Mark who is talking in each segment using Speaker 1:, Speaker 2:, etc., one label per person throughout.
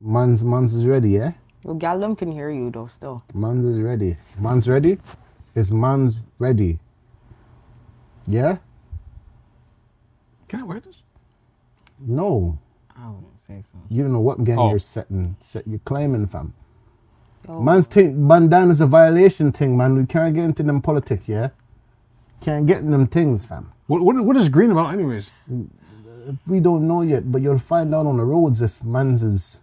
Speaker 1: Mans, Mans is ready, eh?
Speaker 2: Your gal them can hear you though still.
Speaker 1: Mans is ready. Mans ready? Is Mans ready? Yeah?
Speaker 3: Can I wear this?
Speaker 1: No.
Speaker 2: I wouldn't say so.
Speaker 1: You don't know what gang
Speaker 3: Oh.
Speaker 1: you're setting, set, you're claiming, fam.
Speaker 2: Yo,
Speaker 1: Man's think bandana's a violation thing, man. We can't get into them politics, yeah? Can't get in them things, fam.
Speaker 3: What, what, what is green about, anyways?
Speaker 1: We don't know yet, but you'll find out on the roads if man's is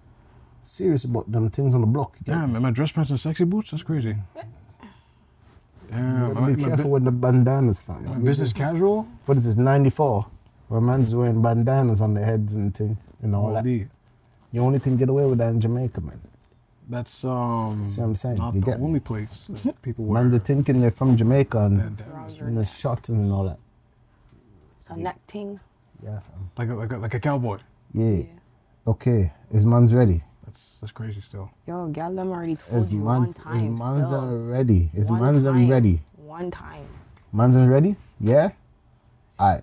Speaker 1: serious about them things on the block. you get me?
Speaker 3: Damn, am I dress pants and sexy boots? That's crazy. Damn, am I,
Speaker 1: Be
Speaker 3: am I
Speaker 1: careful
Speaker 3: bu-
Speaker 1: with the bandanas,
Speaker 3: am I
Speaker 1: fam.
Speaker 3: business casual?
Speaker 1: What is this, 94? Where man's wearing bandanas on their heads and thing and all
Speaker 3: Oh,
Speaker 1: that.
Speaker 3: D.
Speaker 1: You only can get away with that in Jamaica, man.
Speaker 3: That's um.
Speaker 1: See what I'm saying?
Speaker 3: Not
Speaker 1: You
Speaker 3: the
Speaker 1: get me?
Speaker 3: only place that people wear.
Speaker 1: Man's are thinking they're from Jamaica and,
Speaker 3: bandanas.
Speaker 1: and they're shot and all that.
Speaker 2: it's a neck ting.
Speaker 1: Yeah, fam.
Speaker 3: Like a, like a, like a cowboy.
Speaker 1: Yeah. Okay, is man's ready?
Speaker 3: That's that's crazy still.
Speaker 2: Yo, gal them already told
Speaker 1: Is
Speaker 2: you
Speaker 1: man's,
Speaker 2: one time.
Speaker 1: is man's
Speaker 2: still.
Speaker 1: are ready? Is
Speaker 2: One
Speaker 1: man's are
Speaker 2: time.
Speaker 1: ready?
Speaker 2: One time.
Speaker 1: Man's are ready? Yeah? Alright.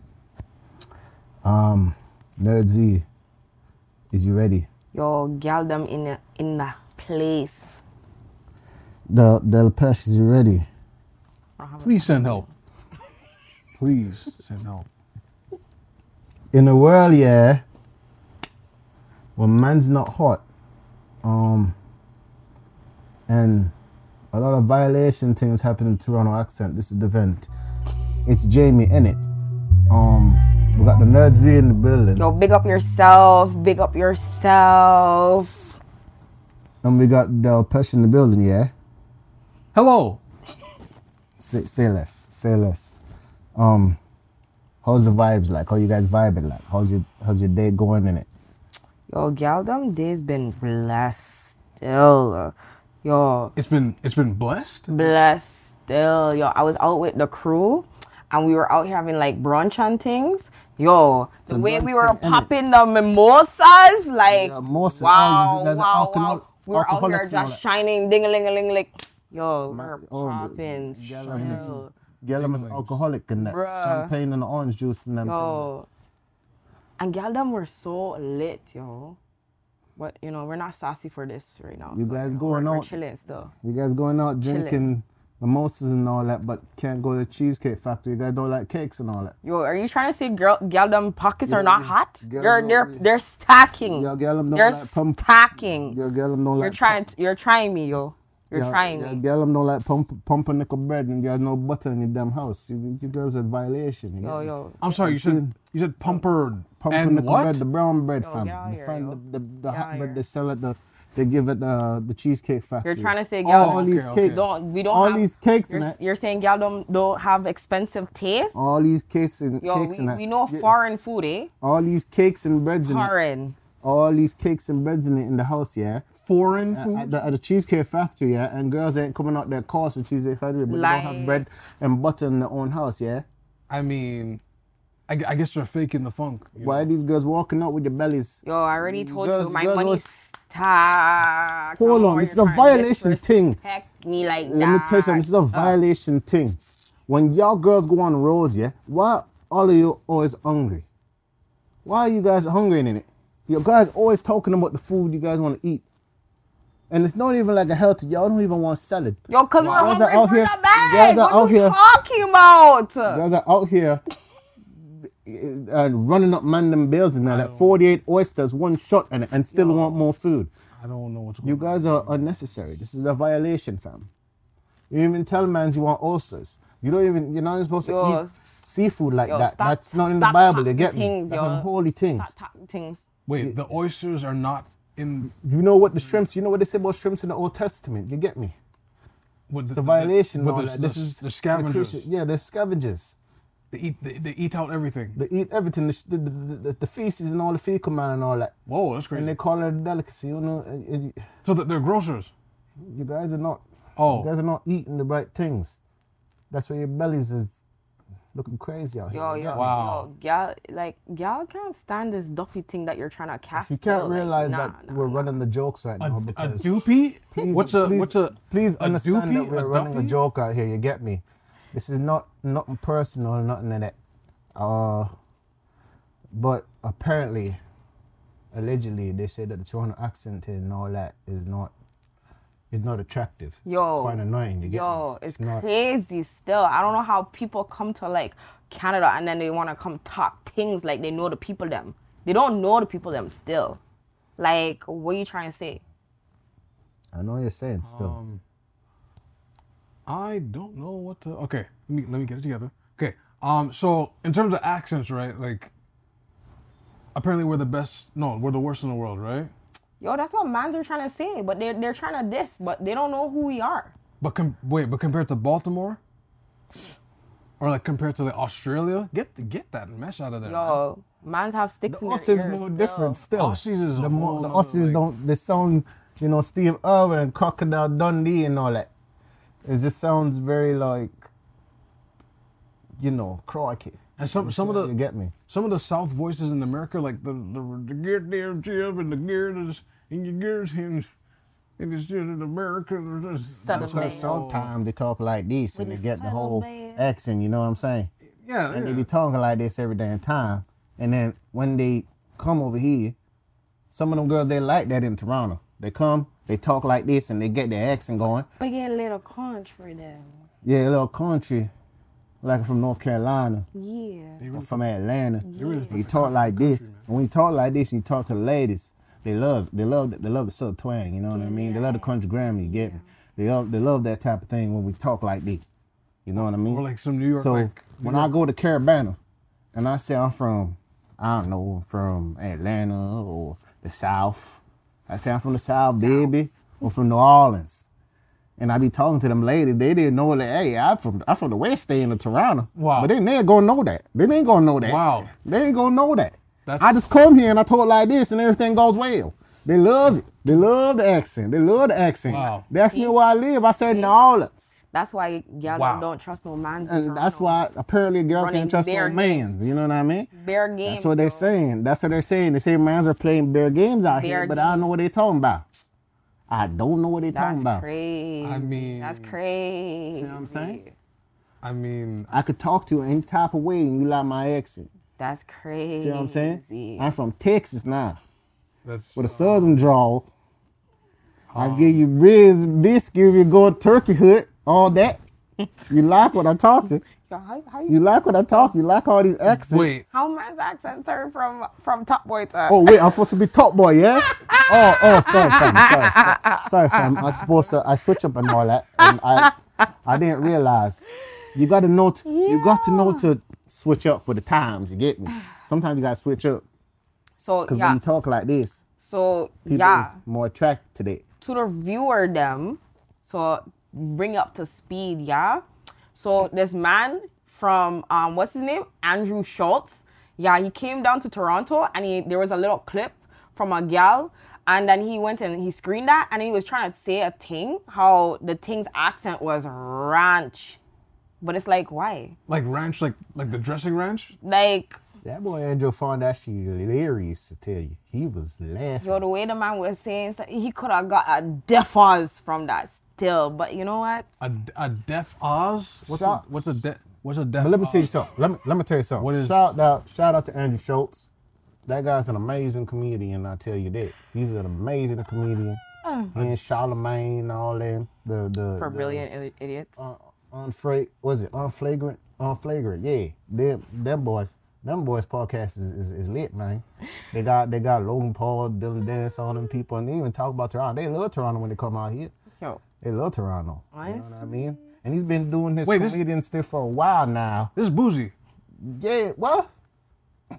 Speaker 1: Um, Nerd Z, is you ready?
Speaker 2: Yo, gal them in a, in the place.
Speaker 1: The Del Pesh, is you ready?
Speaker 2: I don't have
Speaker 3: Please send help. Please send help.
Speaker 1: In a world, yeah, when man's not hot, um, and a lot of violation things happen in Toronto accent, this is the vent. It's Jamie, innit? Um, we got the Nerd Z in the building.
Speaker 2: Yo, big up yourself. Big up yourself.
Speaker 1: And we got Del Pesh in the building, yeah?
Speaker 3: Hello.
Speaker 1: Say, say less, say less. Um, how's the vibes like? How you guys vibing like? How's your how's your day going in it?
Speaker 2: Yo, gal them day's been blessed still. Yo,
Speaker 3: It's been it's been blessed.
Speaker 2: blessed still. Yo, I was out with the crew and we were out here having like brunch and things. Yo, the
Speaker 1: a
Speaker 2: way
Speaker 1: brunch
Speaker 2: we were
Speaker 1: thing, innit?
Speaker 2: popping the mimosas, like
Speaker 1: Yeah, mimosas, oh,
Speaker 2: wow,
Speaker 1: all these- there's
Speaker 2: wow,
Speaker 1: alcohol-
Speaker 2: wow. We were out here
Speaker 1: alcoholics and all
Speaker 2: just shining, ding a ling a ling like yo,
Speaker 1: Ma-
Speaker 2: we're
Speaker 1: oh, the-
Speaker 2: popping
Speaker 1: yeah, let me
Speaker 2: still.
Speaker 1: Girl, I'm an alcoholic and that
Speaker 2: Bruh.
Speaker 1: champagne and orange juice and them. things.
Speaker 2: Yo. And gal them were so lit, yo. But you know, we're not sassy for this right now.
Speaker 1: You
Speaker 2: so,
Speaker 1: guys
Speaker 2: know,
Speaker 1: going
Speaker 2: we're, we're
Speaker 1: out?
Speaker 2: chilling still.
Speaker 1: You guys going out drinking mimosas and all that, but can't go to the cheesecake factory. You guys don't like cakes and all that.
Speaker 2: Yo, are you trying to say girl, girl them pockets are
Speaker 1: Yeah,
Speaker 2: not
Speaker 1: yeah.
Speaker 2: hot?
Speaker 1: Girl
Speaker 2: they're
Speaker 1: them-
Speaker 2: they're they're stacking.
Speaker 1: Yo, girl, them don't
Speaker 2: they're
Speaker 1: like pump-
Speaker 2: stacking.
Speaker 1: Your girl, them don't
Speaker 2: you're
Speaker 1: like.
Speaker 2: trying to, you're trying me, yo. You're
Speaker 1: your-
Speaker 2: trying
Speaker 1: your
Speaker 2: me.
Speaker 1: girl, them don't like pump, pumpernickel bread and there's no butter in your damn house. You, you girls are violation. You
Speaker 2: Yo,
Speaker 1: get me?
Speaker 2: yo.
Speaker 3: I'm sorry. You said you said pumper and
Speaker 1: pumpernickel
Speaker 3: what?
Speaker 1: bread, the brown bread,
Speaker 2: Yo,
Speaker 1: fam.
Speaker 2: get out
Speaker 1: The,
Speaker 2: here,
Speaker 1: fam-
Speaker 2: yo.
Speaker 1: the, the, the
Speaker 2: Get
Speaker 1: hot
Speaker 2: out
Speaker 1: bread
Speaker 2: here.
Speaker 1: they sell at the, they give it uh, the cheesecake factory.
Speaker 2: You're trying to say
Speaker 1: all,
Speaker 2: girl
Speaker 1: these
Speaker 3: okay, okay.
Speaker 1: cakes,
Speaker 2: don't we don't
Speaker 1: all
Speaker 2: have,
Speaker 1: these cakes
Speaker 2: you're,
Speaker 1: and that,
Speaker 2: you're saying y'all don't don't have expensive taste?
Speaker 1: all these cakes and
Speaker 2: Yo,
Speaker 1: cakes
Speaker 2: we,
Speaker 1: and that.
Speaker 2: we know
Speaker 1: Yeah,
Speaker 2: foreign food, eh?
Speaker 1: All these cakes and breads and that.
Speaker 2: Foreign.
Speaker 1: all these cakes and breads in it in the house, yeah.
Speaker 3: Foreign
Speaker 1: At-
Speaker 2: Mm-hmm.
Speaker 3: food.
Speaker 1: At the, at the cheesecake factory, yeah, and girls ain't coming out their cars for cheesecake factory, but they don't have
Speaker 2: Like-
Speaker 1: bread and butter in their own house, yeah.
Speaker 3: I mean, I, gu- I guess they're faking the funk. you
Speaker 1: Why are
Speaker 3: know?
Speaker 1: these girls walking out with their bellies?
Speaker 2: Yo, I already told
Speaker 1: Mm, Girls-
Speaker 2: you my
Speaker 1: girls
Speaker 2: money's
Speaker 1: was-
Speaker 2: stacked.
Speaker 1: Hold
Speaker 2: Come
Speaker 1: on,
Speaker 2: you're
Speaker 1: it's a
Speaker 2: trying to
Speaker 1: violation thing.
Speaker 2: disrespect me like
Speaker 1: Let me tell you something. This is a
Speaker 2: that.
Speaker 1: violation thing. When y'all girls go on the roads, yeah, why all of you always hungry? Why are you guys hungry in it? You guys always talking about the food you guys want to eat, and it's not even like a healthy. Y'all don't even want salad.
Speaker 2: Yo, cause we're
Speaker 1: Girls are
Speaker 2: hungry
Speaker 1: out
Speaker 2: for
Speaker 1: here-
Speaker 2: the bag.
Speaker 1: girls are
Speaker 2: What
Speaker 1: out
Speaker 2: are you
Speaker 1: here-
Speaker 2: talking about?
Speaker 1: Guys are out here uh, running up man them bills and all that. Forty-eight oysters, one shot, and and still want more food.
Speaker 3: I don't know what's going
Speaker 1: You
Speaker 3: on.
Speaker 1: guys are unnecessary. This is a violation, fam. You even tell mans you want ulcers. You don't even you're not even supposed to
Speaker 2: Yo.
Speaker 1: eat seafood like
Speaker 2: Yo,
Speaker 1: that.
Speaker 2: stop-
Speaker 1: That's not in the
Speaker 2: stop
Speaker 1: Bible. You
Speaker 2: talking
Speaker 1: get
Speaker 2: things,
Speaker 1: me? That's
Speaker 2: yo.
Speaker 1: unholy things.
Speaker 2: Stop talking things.
Speaker 3: Wait, the oysters are not in.
Speaker 1: You know what the shrimps? You know what they say about shrimps in the Old Testament? You get me?
Speaker 3: With the,
Speaker 1: The violation.
Speaker 3: With
Speaker 1: and all
Speaker 3: the,
Speaker 1: that.
Speaker 3: the,
Speaker 1: this is
Speaker 3: the
Speaker 1: the
Speaker 3: scavengers.
Speaker 1: creature- yeah, they're scavengers.
Speaker 3: They eat. They, they eat out everything.
Speaker 1: They eat everything. The, sh- the, the, the, the feces and all the fecal matter and all that.
Speaker 3: Whoa, that's crazy.
Speaker 1: And they call it a delicacy. You know, and- and you-
Speaker 3: so th- they're grocers.
Speaker 1: you guys are not.
Speaker 3: Oh.
Speaker 1: You guys are not eating the right things. That's why your bellies is looking crazy out here.
Speaker 2: Yo,
Speaker 1: You
Speaker 2: yo,
Speaker 1: get me?
Speaker 3: Wow.
Speaker 2: yo, y'all, like, y'all can't stand this Duffy thing that you're trying to cast.
Speaker 1: You can't
Speaker 2: still, like,
Speaker 1: realize
Speaker 2: nah,
Speaker 1: that
Speaker 2: nah.
Speaker 1: we're running the jokes right
Speaker 3: A,
Speaker 1: now
Speaker 3: a
Speaker 1: because
Speaker 3: doopy?
Speaker 1: please,
Speaker 3: what's a
Speaker 1: please,
Speaker 3: what's a
Speaker 1: please
Speaker 3: a
Speaker 1: understand that
Speaker 3: doopey?
Speaker 1: we're
Speaker 3: A
Speaker 1: running a
Speaker 3: duppy?
Speaker 1: joke out here. You get me? This is not nothing personal, nothing in it. Uh, but apparently, allegedly they say that the Toronto accent and all that is not is not attractive.
Speaker 2: Yo,
Speaker 1: it's quite annoying. You get
Speaker 2: yo,
Speaker 1: me?
Speaker 2: it's, crazy still. I don't know how people come to like Canada and then they want to come talk things like they know the people them. They don't know the people them still. Like, what are you trying to say?
Speaker 1: I know what you're saying
Speaker 3: Um,
Speaker 1: still.
Speaker 3: I don't know what to. Okay, let me let me get it together. Okay, um, so in terms of accents, right? Like, apparently we're the best. No, we're the worst in the world, right?
Speaker 2: Yo, that's what mans are trying to say, but they're, they're trying to diss, but they don't know who we are.
Speaker 3: But com- wait, but compared to Baltimore, or like compared to like Australia, get the, get that mesh out of there. man.
Speaker 2: Yo, mans have sticks
Speaker 1: Uh-huh. The
Speaker 2: in
Speaker 1: Aussies
Speaker 2: their ears
Speaker 1: no
Speaker 2: still.
Speaker 1: different still.
Speaker 3: Aussies is a
Speaker 1: the,
Speaker 3: whole
Speaker 1: the
Speaker 3: nother,
Speaker 1: Aussies
Speaker 3: like-
Speaker 1: don't. They sound, you know, Steve Irwin, Crocodile Dundee, and all that. It just sounds very like, you know, crikey.
Speaker 3: And some
Speaker 1: You
Speaker 3: some of
Speaker 1: see-
Speaker 3: the
Speaker 1: you get me.
Speaker 3: Some of the South voices in America, like the the, the get there chip and the gear is in your gears hinge. And it's just in America. there's just-
Speaker 2: Southern
Speaker 1: Because
Speaker 3: that's
Speaker 2: Because
Speaker 3: how-
Speaker 1: sometimes they talk like this and they
Speaker 2: With
Speaker 1: get the
Speaker 2: his
Speaker 1: whole
Speaker 2: little man.
Speaker 1: accent. You know what I'm saying?
Speaker 3: Yeah,
Speaker 1: And
Speaker 3: yeah.
Speaker 1: they be talking like this every damn time. And then when they come over here, some of them girls they like that in Toronto. They come, they talk like this, and they get their accent going.
Speaker 2: But get a little country them.
Speaker 1: Yeah, a little country, like from North Carolina.
Speaker 2: Yeah.
Speaker 1: I'm from Atlanta.
Speaker 3: really
Speaker 1: He talk like this. And when you talk like this, you talk to the ladies. They love, they love, they love the southern twang. You know what I mean? They love the country grammar. You get me? They love, they love that type of thing when we talk like this. You know what I mean?
Speaker 3: Or like some New York,
Speaker 1: So
Speaker 3: like
Speaker 1: when I go to Carabana, and I say I'm from, I don't know, from Atlanta or the South. I say I'm from the South, baby, or from New Orleans. And I be talking to them ladies. They didn't know that. Hey, I'm from I'm from the West End of Toronto.
Speaker 3: Wow.
Speaker 1: But they ain't gonna know that. They ain't gonna know that.
Speaker 3: Wow.
Speaker 1: They ain't gonna know that.
Speaker 3: That's-
Speaker 1: I just come here and I talk like this, and everything goes well. They love it. They love the accent. They love the accent.
Speaker 3: Wow.
Speaker 1: They asked me where I live. I said New Orleans.
Speaker 2: That's why y'all
Speaker 3: Wow.
Speaker 2: don't trust no mans. in
Speaker 1: And that's
Speaker 2: Toronto.
Speaker 1: why apparently girls
Speaker 2: Running
Speaker 1: can't trust no
Speaker 2: bare
Speaker 1: man. You know what I mean?
Speaker 2: Bare game.
Speaker 1: That's what they're saying. That's what they're saying. They say mans are playing bare games out here,
Speaker 2: Bare
Speaker 1: but I don't know what they're talking about. I don't know what they're talking
Speaker 2: That's
Speaker 1: about.
Speaker 2: crazy.
Speaker 3: I mean-
Speaker 2: that's crazy.
Speaker 1: See what I'm saying?
Speaker 3: I mean,
Speaker 1: I could talk to you any type of way and you like my accent.
Speaker 2: That's crazy.
Speaker 1: See what I'm saying? I'm from Texas now.
Speaker 3: that's
Speaker 1: With a southern drawl.
Speaker 2: Oh.
Speaker 1: I give you ribs, biscuit, you go to turkey hut, all that. you like what I'm talking.
Speaker 2: Yo, how, how you?
Speaker 1: You like what I talk. You like all these accents.
Speaker 3: wait.
Speaker 2: How man's accent turned from from Top Boy to?
Speaker 1: Oh wait, I'm supposed to be top boy, yeah? Oh, oh, sorry, fam, sorry, sorry, fam. I'm supposed to. I switch up and all that, and I, I didn't realize. You got to know. To, You got to know to switch up with the times. You get me? Sometimes you got to switch up
Speaker 2: so
Speaker 1: because when
Speaker 2: yeah.
Speaker 1: you talk like this,
Speaker 2: so
Speaker 1: people
Speaker 2: yeah.
Speaker 1: is more attracted to that.
Speaker 2: to the viewer them so bring up to speed yeah so this man from um what's his name andrew schultz yeah he came down to toronto and he there was a little clip from a gal and then he went and he screened that and he was trying to say a thing how the thing's accent was ranch but it's like why
Speaker 3: like ranch, like like the dressing ranch.
Speaker 2: like
Speaker 1: That boy Andrew found that shit hilarious. To tell you, he was laughing.
Speaker 2: yo the way the man was saying so he could have got a deaf Oz from that still but you know what
Speaker 3: A, a deaf Oz. What's a,
Speaker 1: Shots.
Speaker 3: what's a de- what's a deaf?
Speaker 1: But let me
Speaker 3: Oz?
Speaker 1: tell you something. Let me let me tell you something.
Speaker 3: Uh, What is-
Speaker 1: shout out shout out to Andrew Schultz. That guy's an amazing comedian. I tell you that he's an amazing comedian. He and Charlemagne and all them. The the
Speaker 2: for
Speaker 1: the,
Speaker 2: brilliant idi- idiots
Speaker 1: uh, unfra- was it unflagrant unflagrant? Yeah, them them boys. Them boys podcast is, is, is lit, man. They got they got Logan Paul, Dylan Dennis, all them people, and they even talk about Toronto. They love Toronto when they come out here.
Speaker 2: yo
Speaker 1: They love Toronto. You know what I mean? And he's been doing his
Speaker 3: Wait, this-
Speaker 1: comedian stuff for a while now.
Speaker 3: This is boozy.
Speaker 1: Yeah, well,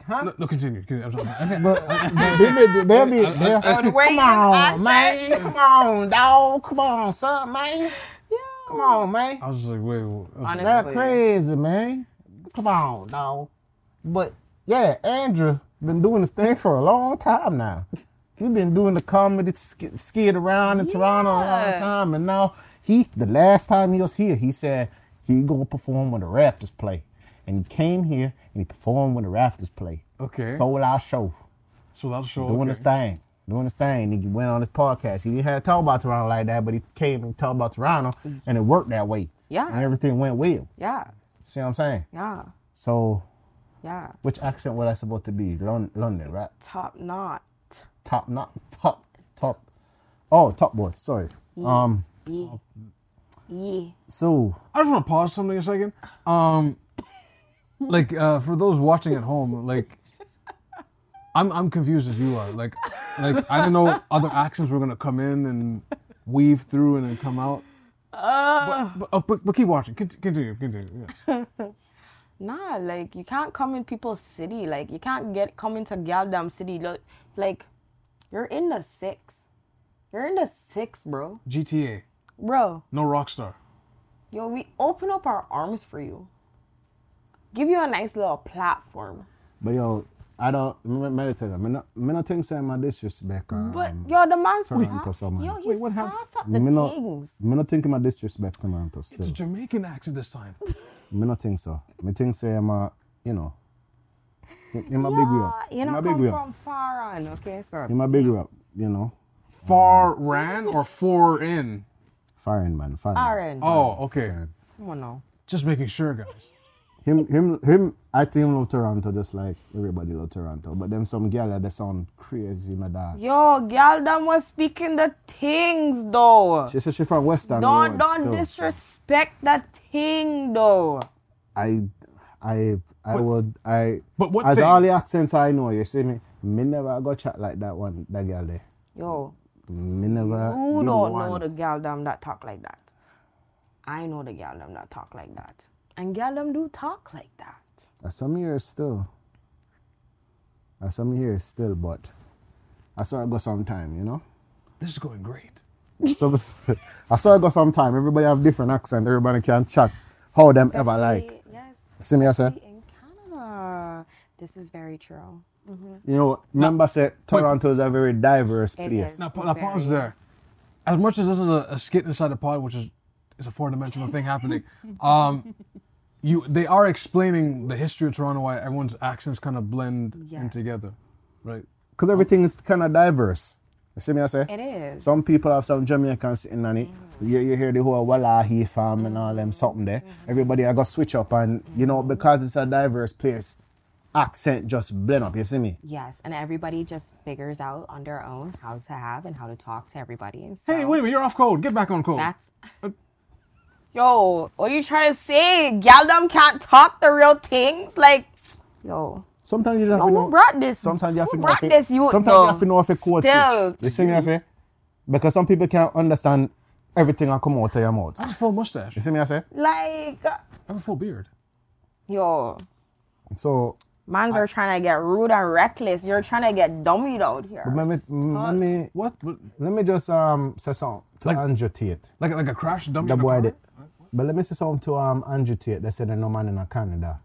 Speaker 1: huh?
Speaker 3: No, no continue. continue. I'm sorry. I said-
Speaker 1: But they be, they be, they
Speaker 2: the way
Speaker 1: come
Speaker 2: his
Speaker 1: on,
Speaker 2: accent-
Speaker 1: man, come on, dog, come on, son, man,
Speaker 2: yeah
Speaker 1: come on, man,
Speaker 3: I was just like, wait. what- I was like,
Speaker 2: Honestly.
Speaker 1: that crazy, man, come on, dog. But yeah, Andrew been doing this thing for a long time now. He been doing the comedy sk- skid around in Toronto a long
Speaker 2: Yeah.
Speaker 1: time, and now he the last time he was here, he said he gonna perform when the Raptors play, and he came here and he performed when the Raptors play.
Speaker 3: Okay.
Speaker 1: sold out show
Speaker 3: so that'll show.
Speaker 1: doing
Speaker 3: okay.
Speaker 1: his thing, doing his thing. He went on his podcast. He didn't have to talk about Toronto like that, but he came and talked about Toronto, and it worked that way.
Speaker 2: Yeah.
Speaker 1: and everything went well.
Speaker 2: yeah
Speaker 1: See what I'm saying?
Speaker 2: Yeah,
Speaker 1: So,
Speaker 2: yeah.
Speaker 1: which accent was I supposed to be? Lon- London, right?
Speaker 2: Top knot.
Speaker 1: top not top top oh top boy sorry um
Speaker 4: Yeah. Yeah.
Speaker 1: so
Speaker 3: I just want to pause something a second. Um, like uh, for those watching at home, like I'm I'm confused as you are. Like like I didn't know other actions were gonna come in and weave through and then come out. But but, oh, but, but keep watching. Cont- Continue. Continue. Yeah.
Speaker 4: Nah, like you can't come in people's city. Like you can't get come into Galdam City. Look, like you're in the six. You're in the six, bro.
Speaker 3: GTA.
Speaker 4: Bro,
Speaker 3: No rockstar.
Speaker 4: yo, we open up our arms for you. Give you a nice little platform.
Speaker 1: but yo I don't meditate. I'm not. I'm not think say my disrespect. um,
Speaker 4: But yo, the man's
Speaker 1: turn on to someone.
Speaker 4: yo, he
Speaker 3: Wait, what happened?
Speaker 4: sass up the
Speaker 1: me not,
Speaker 4: things.
Speaker 1: me not think my disrespect to man to still.
Speaker 3: It's a Jamaican accent this time.
Speaker 1: Me not think so. Me think say I'm a, you know, I'm a big way
Speaker 4: Yeah,
Speaker 1: up.
Speaker 4: Ah, you
Speaker 1: I'm
Speaker 4: know,
Speaker 1: a
Speaker 4: come
Speaker 1: big way up.
Speaker 4: from far on, okay, sir.
Speaker 1: I'm a big way up. You know,
Speaker 3: Far ran or four in?
Speaker 1: firing man, firing.
Speaker 4: Aaron,
Speaker 3: Oh, okay.
Speaker 4: come on now.
Speaker 3: Just making sure, guys.
Speaker 1: Him, him, him. I think him love Toronto just like everybody love Toronto. But them some girl that they sound crazy, my dad.
Speaker 4: Yo, Galdam was speaking the things though.
Speaker 1: She said she from Western.
Speaker 4: Don't
Speaker 1: Road
Speaker 4: don't
Speaker 1: still.
Speaker 4: disrespect that thing though.
Speaker 1: I, I, I would I.
Speaker 3: But what
Speaker 1: As
Speaker 3: thing?
Speaker 1: all the accents I know, you see me. Me never go chat like that one. That girl there.
Speaker 4: Yo,
Speaker 1: Me never.
Speaker 4: who
Speaker 1: did
Speaker 4: don't know
Speaker 1: once.
Speaker 4: the gal them that talk like that? I know the gal them that talk like that. And gal them do talk like that.
Speaker 1: Uh, some years still. Uh, some years still, but I saw it go some time, you know?
Speaker 3: This is going great.
Speaker 1: so, I saw it go some time. Everybody have different accent. Everybody can chat how them ever like.
Speaker 4: Yes.
Speaker 1: See me, I say,
Speaker 4: In Canada. This is very true.
Speaker 1: you know, remember say Toronto is a very diverse
Speaker 4: It
Speaker 1: place.
Speaker 4: is.
Speaker 3: Now, pa- now pause there. As much as this is a, a skit inside a pod, which is is a four dimensional thing happening, um, you they are explaining the history of Toronto, why everyone's accents kind of blend
Speaker 4: Yeah.
Speaker 3: in together, right?
Speaker 1: Because everything is kind of diverse. You see me, I say?
Speaker 4: It is. Mm-hmm.
Speaker 1: Some people have some Jamaicans sitting on it. You, you hear the whole Wallahi fam and all them something there.
Speaker 4: Mm-hmm.
Speaker 1: Everybody I got switch up and you know because it's a diverse place, accent just blend up. You see me?
Speaker 2: Yes, and everybody just figures out on their own how to have and how to talk to everybody. So
Speaker 3: Hey, wait a minute, you're off code. Get back on code.
Speaker 2: that's
Speaker 4: Yo, what you trying to say? Gal them can't talk the real things? Like, yo.
Speaker 1: Sometimes you just have
Speaker 4: Yo,
Speaker 1: to
Speaker 4: who
Speaker 1: know.
Speaker 4: brought this?
Speaker 1: Sometimes you have
Speaker 4: Who
Speaker 1: to know.
Speaker 4: brought
Speaker 1: if it-
Speaker 4: this youth,
Speaker 1: sometimes
Speaker 4: though?
Speaker 1: you have to know if it code
Speaker 4: Still.
Speaker 1: switch. You see me? I say because some people can't understand everything I come out of your mouth.
Speaker 3: I have a full mustache.
Speaker 1: You
Speaker 3: I
Speaker 1: see me? I say
Speaker 4: Like,
Speaker 3: have a full beard.
Speaker 4: yo.
Speaker 1: so.
Speaker 4: Mans are trying to get rude and reckless. You're trying to get dummied out here.
Speaker 1: Let me, let me
Speaker 3: What? What-
Speaker 1: let me just um say something to
Speaker 3: Like-
Speaker 1: Andrew Tate.
Speaker 3: Like like a crash dummy.
Speaker 1: The
Speaker 3: in a
Speaker 1: boy
Speaker 3: car?
Speaker 1: did. But let me say something to um Andrew Tate. They said there no man in Canada.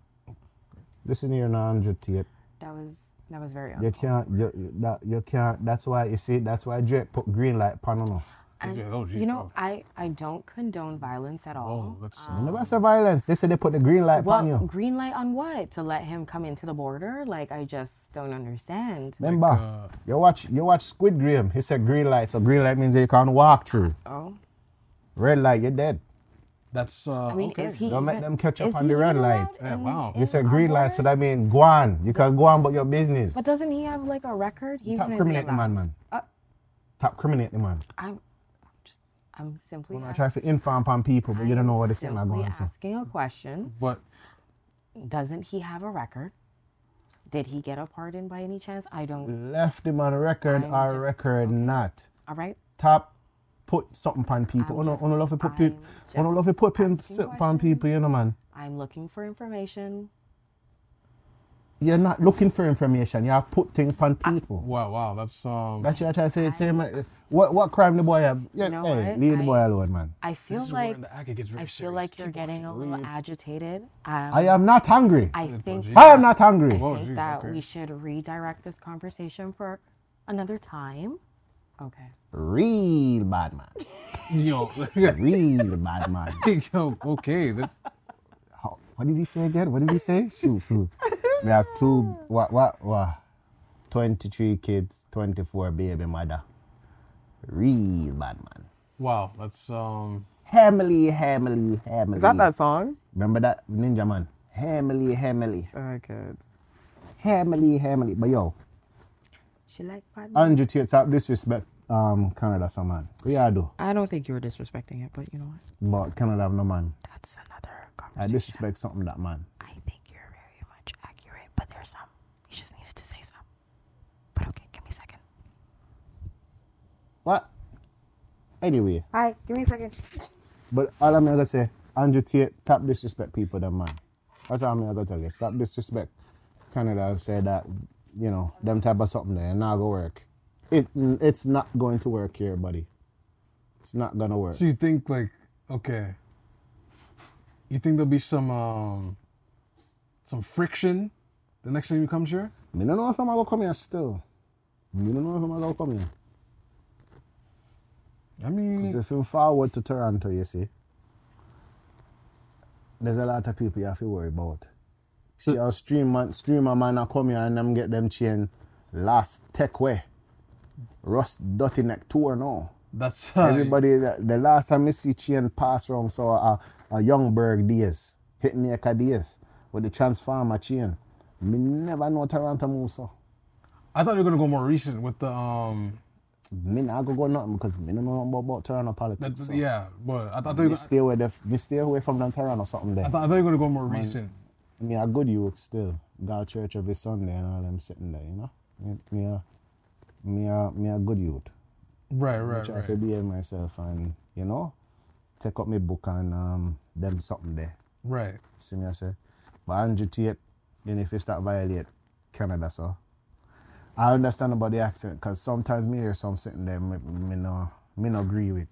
Speaker 1: Listen here now, Andrew Tate.
Speaker 2: that was that was very
Speaker 1: You can't you, you- that you can't that's why you see that's why Drake put green light pan on. him.
Speaker 2: And,
Speaker 3: Yeah, oh, geez,
Speaker 2: you know,
Speaker 3: oh.
Speaker 2: I I don't condone violence at all.
Speaker 3: Oh, that's
Speaker 1: Never say violence. They said they put the green light
Speaker 2: well,
Speaker 1: pan you.
Speaker 2: green light on what? To let him come into the border? Like I just don't understand.
Speaker 1: Remember, you watch you watch Squid Game. He said green light, so green light means you can't walk through.
Speaker 2: Oh,
Speaker 1: Red light, you're dead.
Speaker 3: that's. Uh,
Speaker 2: I mean,
Speaker 3: okay.
Speaker 2: is he?
Speaker 1: Don't make
Speaker 2: even-
Speaker 1: them catch up
Speaker 2: is
Speaker 1: on
Speaker 2: he
Speaker 1: the red
Speaker 2: even
Speaker 1: light.
Speaker 2: allowed
Speaker 3: Yeah,
Speaker 2: in-
Speaker 3: wow.
Speaker 1: You
Speaker 2: in
Speaker 1: said
Speaker 2: our
Speaker 1: green light, so
Speaker 2: border?
Speaker 1: that means go on. You can go on but your business.
Speaker 2: But doesn't he have like a record? He
Speaker 1: Top
Speaker 2: wouldn't be
Speaker 1: criminate the
Speaker 2: allowed.
Speaker 1: man, man.
Speaker 2: Uh,
Speaker 1: Top criminate the man.
Speaker 2: I'm I'm just I'm simply.
Speaker 1: I try to inform upon people, but you don't know what it's going
Speaker 2: simply
Speaker 1: on. So.
Speaker 2: asking a question.
Speaker 3: But
Speaker 2: Doesn't he have a record? Did he get a pardon by any chance? I
Speaker 1: Mm.
Speaker 2: don't.
Speaker 1: Left him on record
Speaker 2: I'm
Speaker 1: or
Speaker 2: just-
Speaker 1: record not.
Speaker 2: All right.
Speaker 1: Top put something on people.
Speaker 2: I'm
Speaker 1: Uno
Speaker 2: just-
Speaker 1: uno love to put
Speaker 2: I'm
Speaker 1: people.
Speaker 2: just
Speaker 1: Uno love to put pin-
Speaker 2: asking
Speaker 1: something on people. You know, man.
Speaker 2: I'm looking for information.
Speaker 1: You're not looking for information. You have put things on people.
Speaker 3: wow, wow, that's um.
Speaker 1: That's what I try to say. Same. like, What what crime the boy have? Yeah,
Speaker 2: You know
Speaker 1: hey,
Speaker 2: what?
Speaker 1: leave the boy
Speaker 2: I-
Speaker 1: alone, man.
Speaker 2: I
Speaker 3: this
Speaker 2: feel
Speaker 3: is where
Speaker 2: like
Speaker 3: the act gets very
Speaker 2: I feel
Speaker 3: serious.
Speaker 2: like you're
Speaker 3: Keep
Speaker 2: getting
Speaker 3: watching.
Speaker 2: a little agitated. Um,
Speaker 1: I am not hungry. I,
Speaker 2: I think
Speaker 3: geez.
Speaker 2: I
Speaker 1: am not hungry.
Speaker 3: Whoa. Oh,
Speaker 2: think
Speaker 3: geez,
Speaker 2: that
Speaker 3: okay.
Speaker 2: we should redirect this conversation for another time. Okay.
Speaker 1: Real bad man.
Speaker 3: Yo,
Speaker 1: Real bad man.
Speaker 3: yo, okay. That,
Speaker 1: How- what did he say again? What did he say? Shoot, shoot. We have two, what, what, what? 23 kids, 24 baby mother. Real bad man.
Speaker 3: wow, that's um.
Speaker 1: Hamily, Hamily, Hamily.
Speaker 4: Is that that song?
Speaker 1: Remember that Ninja Man? Hamily, Hamily.
Speaker 4: Oh, good.
Speaker 1: Hamily, Hamily. But yo,
Speaker 2: She like bad man.
Speaker 1: Andrew Tate tap disrespect um Canada some man. Yeah I do.
Speaker 2: I don't think you were disrespecting it, but you know what?
Speaker 1: But Canada have no man.
Speaker 2: That's another
Speaker 1: I
Speaker 2: conversation.
Speaker 1: disrespect something that man.
Speaker 2: I think you're very much accurate, but there's some. You just needed to say some. But okay, give me a second.
Speaker 1: What? Anyway.
Speaker 2: Hi, give me a second.
Speaker 1: But all I'm gonna say, Andrew Tate, stop disrespect people, them man. That's all I'm gonna tell you. Stop disrespect Canada and say that, you know, them type of something there, and not gonna work. It it's not going to work here, buddy. It's not gonna work.
Speaker 3: So you think like okay. You think there'll be some um some friction the next time you come here?
Speaker 1: Me don't know if I'm gonna come here still. Me don't know if I'm gonna come here.
Speaker 3: I mean
Speaker 1: Because if you forward to Toronto, you see, there's a lot of people you have to worry about. See, our streamer, streamer man a come here and them get them chain last take way. Rust dirty neck tour now.
Speaker 3: that's
Speaker 1: Everybody, the, the last time I see chain pass round, so a, a Youngberg days, hit me a days with the transformer chain. Me never know Toronto move so.
Speaker 3: I thought you were gonna go more recent with the um
Speaker 1: Me nah go go nothing because me don't know nothing about, about Toronto politics.
Speaker 3: that's-
Speaker 1: so.
Speaker 3: yeah, but I thought you were
Speaker 1: Me
Speaker 3: gonna-
Speaker 1: stay away, the, me stay away from them Toronto or something there.
Speaker 3: I thought, I thought you were gonna go more recent.
Speaker 1: I mean, I good youth still. Go to church every Sunday and all them sitting there, you know? Me, me, a, me, a, me a good youth.
Speaker 3: Right, right,
Speaker 1: Try to
Speaker 3: right.
Speaker 1: behave myself and, you know, take up my book and um, them something there.
Speaker 3: Right.
Speaker 1: See me, I say. But Andrew Tate, then if you start violate Canada, so. I understand about the accent because sometimes me hear some sitting there, me, me, no, me no agree with.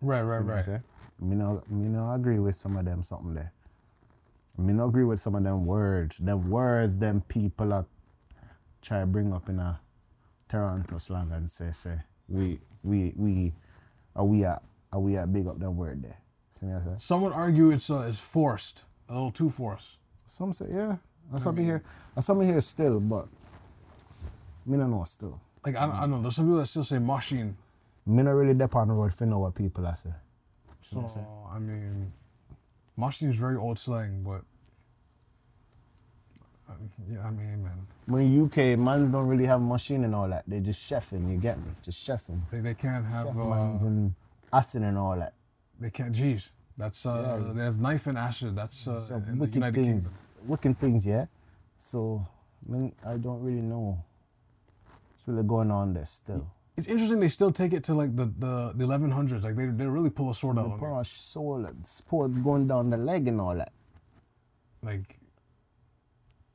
Speaker 3: Right, right, right.
Speaker 1: Me no, me no agree with some of them something there. Me no agree with some of them words. Them words them people are try bring up in a Toronto slang and say say we we we are we are are we are big up them word there. See me I say?
Speaker 3: Some would argue it's uh, it's forced, a little too forced.
Speaker 1: Some say yeah. And some here and some here still, but me no know still.
Speaker 3: Like I don't, I don't know. There's some people that still say machine.
Speaker 1: Me no really dep on the road for know what people are say.
Speaker 3: So I mean, machine is very old slang, but um, yeah, I mean, man,
Speaker 1: When UK man don't really have machine and all that, they just chefing, you get me? Just chefing.
Speaker 3: they, they can't have
Speaker 1: Mines
Speaker 3: uh,
Speaker 1: and acid and all that.
Speaker 3: they can't. Geez, that's uh,
Speaker 1: Yeah.
Speaker 3: they have knife and acid. That's uh,
Speaker 1: So
Speaker 3: in the
Speaker 1: wicked
Speaker 3: United
Speaker 1: things,
Speaker 3: Kingdom.
Speaker 1: wicked things, yeah. So I, mean, I don't really know what's really going on there still.
Speaker 3: It's interesting they still take it to like the the, the 1100s. Like they they really pull a sword out.
Speaker 1: The
Speaker 3: on you.
Speaker 1: poor soul, sports going down the leg and all that.
Speaker 3: Like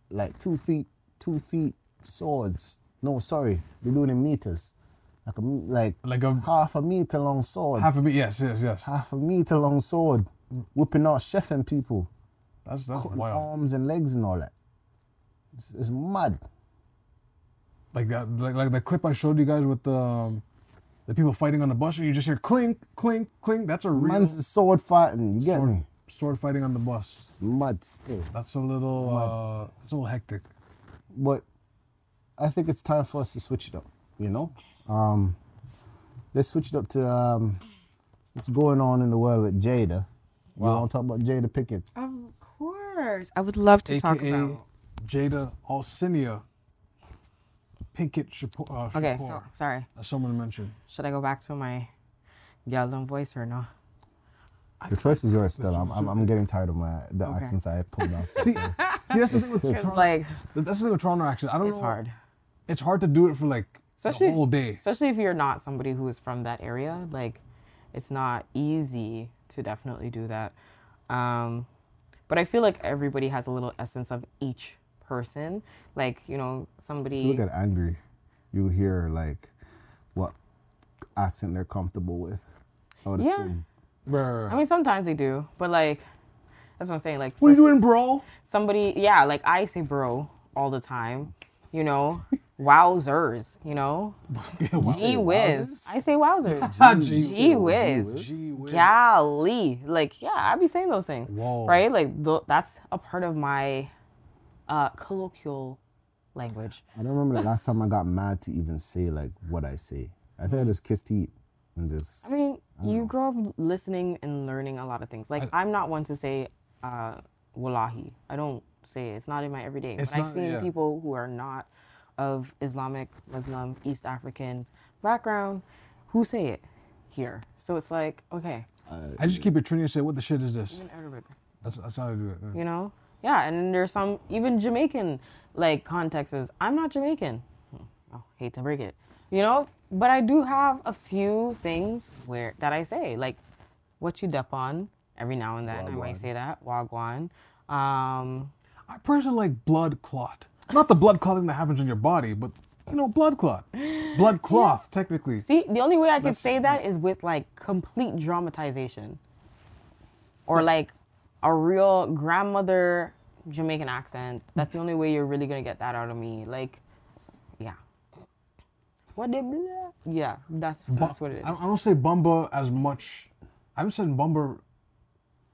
Speaker 1: Like two feet, two feet swords. No, sorry, they do it in meters. Like a, m- like
Speaker 3: like a
Speaker 1: half a meter long sword, half,
Speaker 3: half a bit. Yes, yes, yes.
Speaker 1: a meter long sword, whipping out, chefing people,
Speaker 3: That's that's
Speaker 1: cutting
Speaker 3: wild.
Speaker 1: arms and legs and all that. It's, it's mad.
Speaker 3: like that like, like the clip I showed you guys with the um, the people fighting on the bus and you just hear clink clink clink that's a real
Speaker 1: Man's sword fighting, you get
Speaker 3: sword,
Speaker 1: me?
Speaker 3: sword fighting on the bus
Speaker 1: It's mad still.
Speaker 3: that's a little uh, it's a little hectic
Speaker 1: But I think it's time for us to switch it up, you know? Um, let's switch it up to um, what's going on in the world with Jada. You want to talk about Jada Pickett?
Speaker 5: Of course. I would love to talk about.
Speaker 3: Jada Alcinia Pinkett Chapo- uh,
Speaker 2: Okay, so,
Speaker 3: Shapour,
Speaker 2: sorry.
Speaker 3: as someone mentioned
Speaker 2: Should I go back to my Galdon voice or no?
Speaker 1: The choice is yours still. I'm, I'm, I'm getting tired of my the accents I pulled out.
Speaker 3: see, see, that's the thing with
Speaker 2: It's
Speaker 3: Toronto,
Speaker 2: like
Speaker 3: that's the thing with Toronto accent I don't
Speaker 2: it's
Speaker 3: know
Speaker 2: hard.
Speaker 3: it's hard to do it for like
Speaker 2: Especially
Speaker 3: the whole day
Speaker 2: Especially if you're not somebody who is from that area. Like it's not easy to definitely do that. Um, but I feel like everybody has a little essence of each person. Like, you know, somebody
Speaker 1: You look at angry, you hear like what accent they're comfortable with. I would
Speaker 2: Yeah.
Speaker 1: assume.
Speaker 3: Right, right, right.
Speaker 2: I mean, sometimes they do, but like, that's what I'm saying. Like,
Speaker 3: what are you
Speaker 2: for
Speaker 3: doing bro
Speaker 2: Somebody, yeah, like I say, bro, all the time. You know, wowzers. You know, gee whiz. I say wowzers. gee whiz.
Speaker 3: Gee whiz.
Speaker 2: Golly, like yeah, I be saying those things,
Speaker 3: Whoa.
Speaker 2: right? Like th- that's a part of my uh, colloquial language.
Speaker 1: I don't remember the last time I got mad to even say like what I say. I think I just kissed teeth and just.
Speaker 2: I mean, you grow up listening and learning a lot of things. Like I, am not one to say uh, wallahi. I don't say it. It's not in my everyday.
Speaker 3: It's
Speaker 2: but I've
Speaker 3: not-
Speaker 2: seen
Speaker 3: yeah.
Speaker 2: people who are not of Islamic, Muslim, East African background who say it here. So it's like, okay,
Speaker 3: I just keep it Trini and say, "What the shit is this?"
Speaker 2: Arabic.
Speaker 3: That's, that's how I do it. yeah.
Speaker 2: you know yeah and then there's some even jamaican like contexts is, i'm not jamaican i hate to break it you know but i do have a few things where that i say like what you dep on every now and then i might say that wagwan um
Speaker 3: I personally like blood clot. Not the blood clotting that happens in your body, but you know, blood clot, blood cloth, technically.
Speaker 2: see the only way i can say that is with like complete dramatization or like a real grandmother jamaican accent that's the only way you're really gonna get that out of me like yeah what they blah? yeah that's that's what it
Speaker 3: I,
Speaker 2: is
Speaker 3: I don't say bumba as much. I haven't said bumba,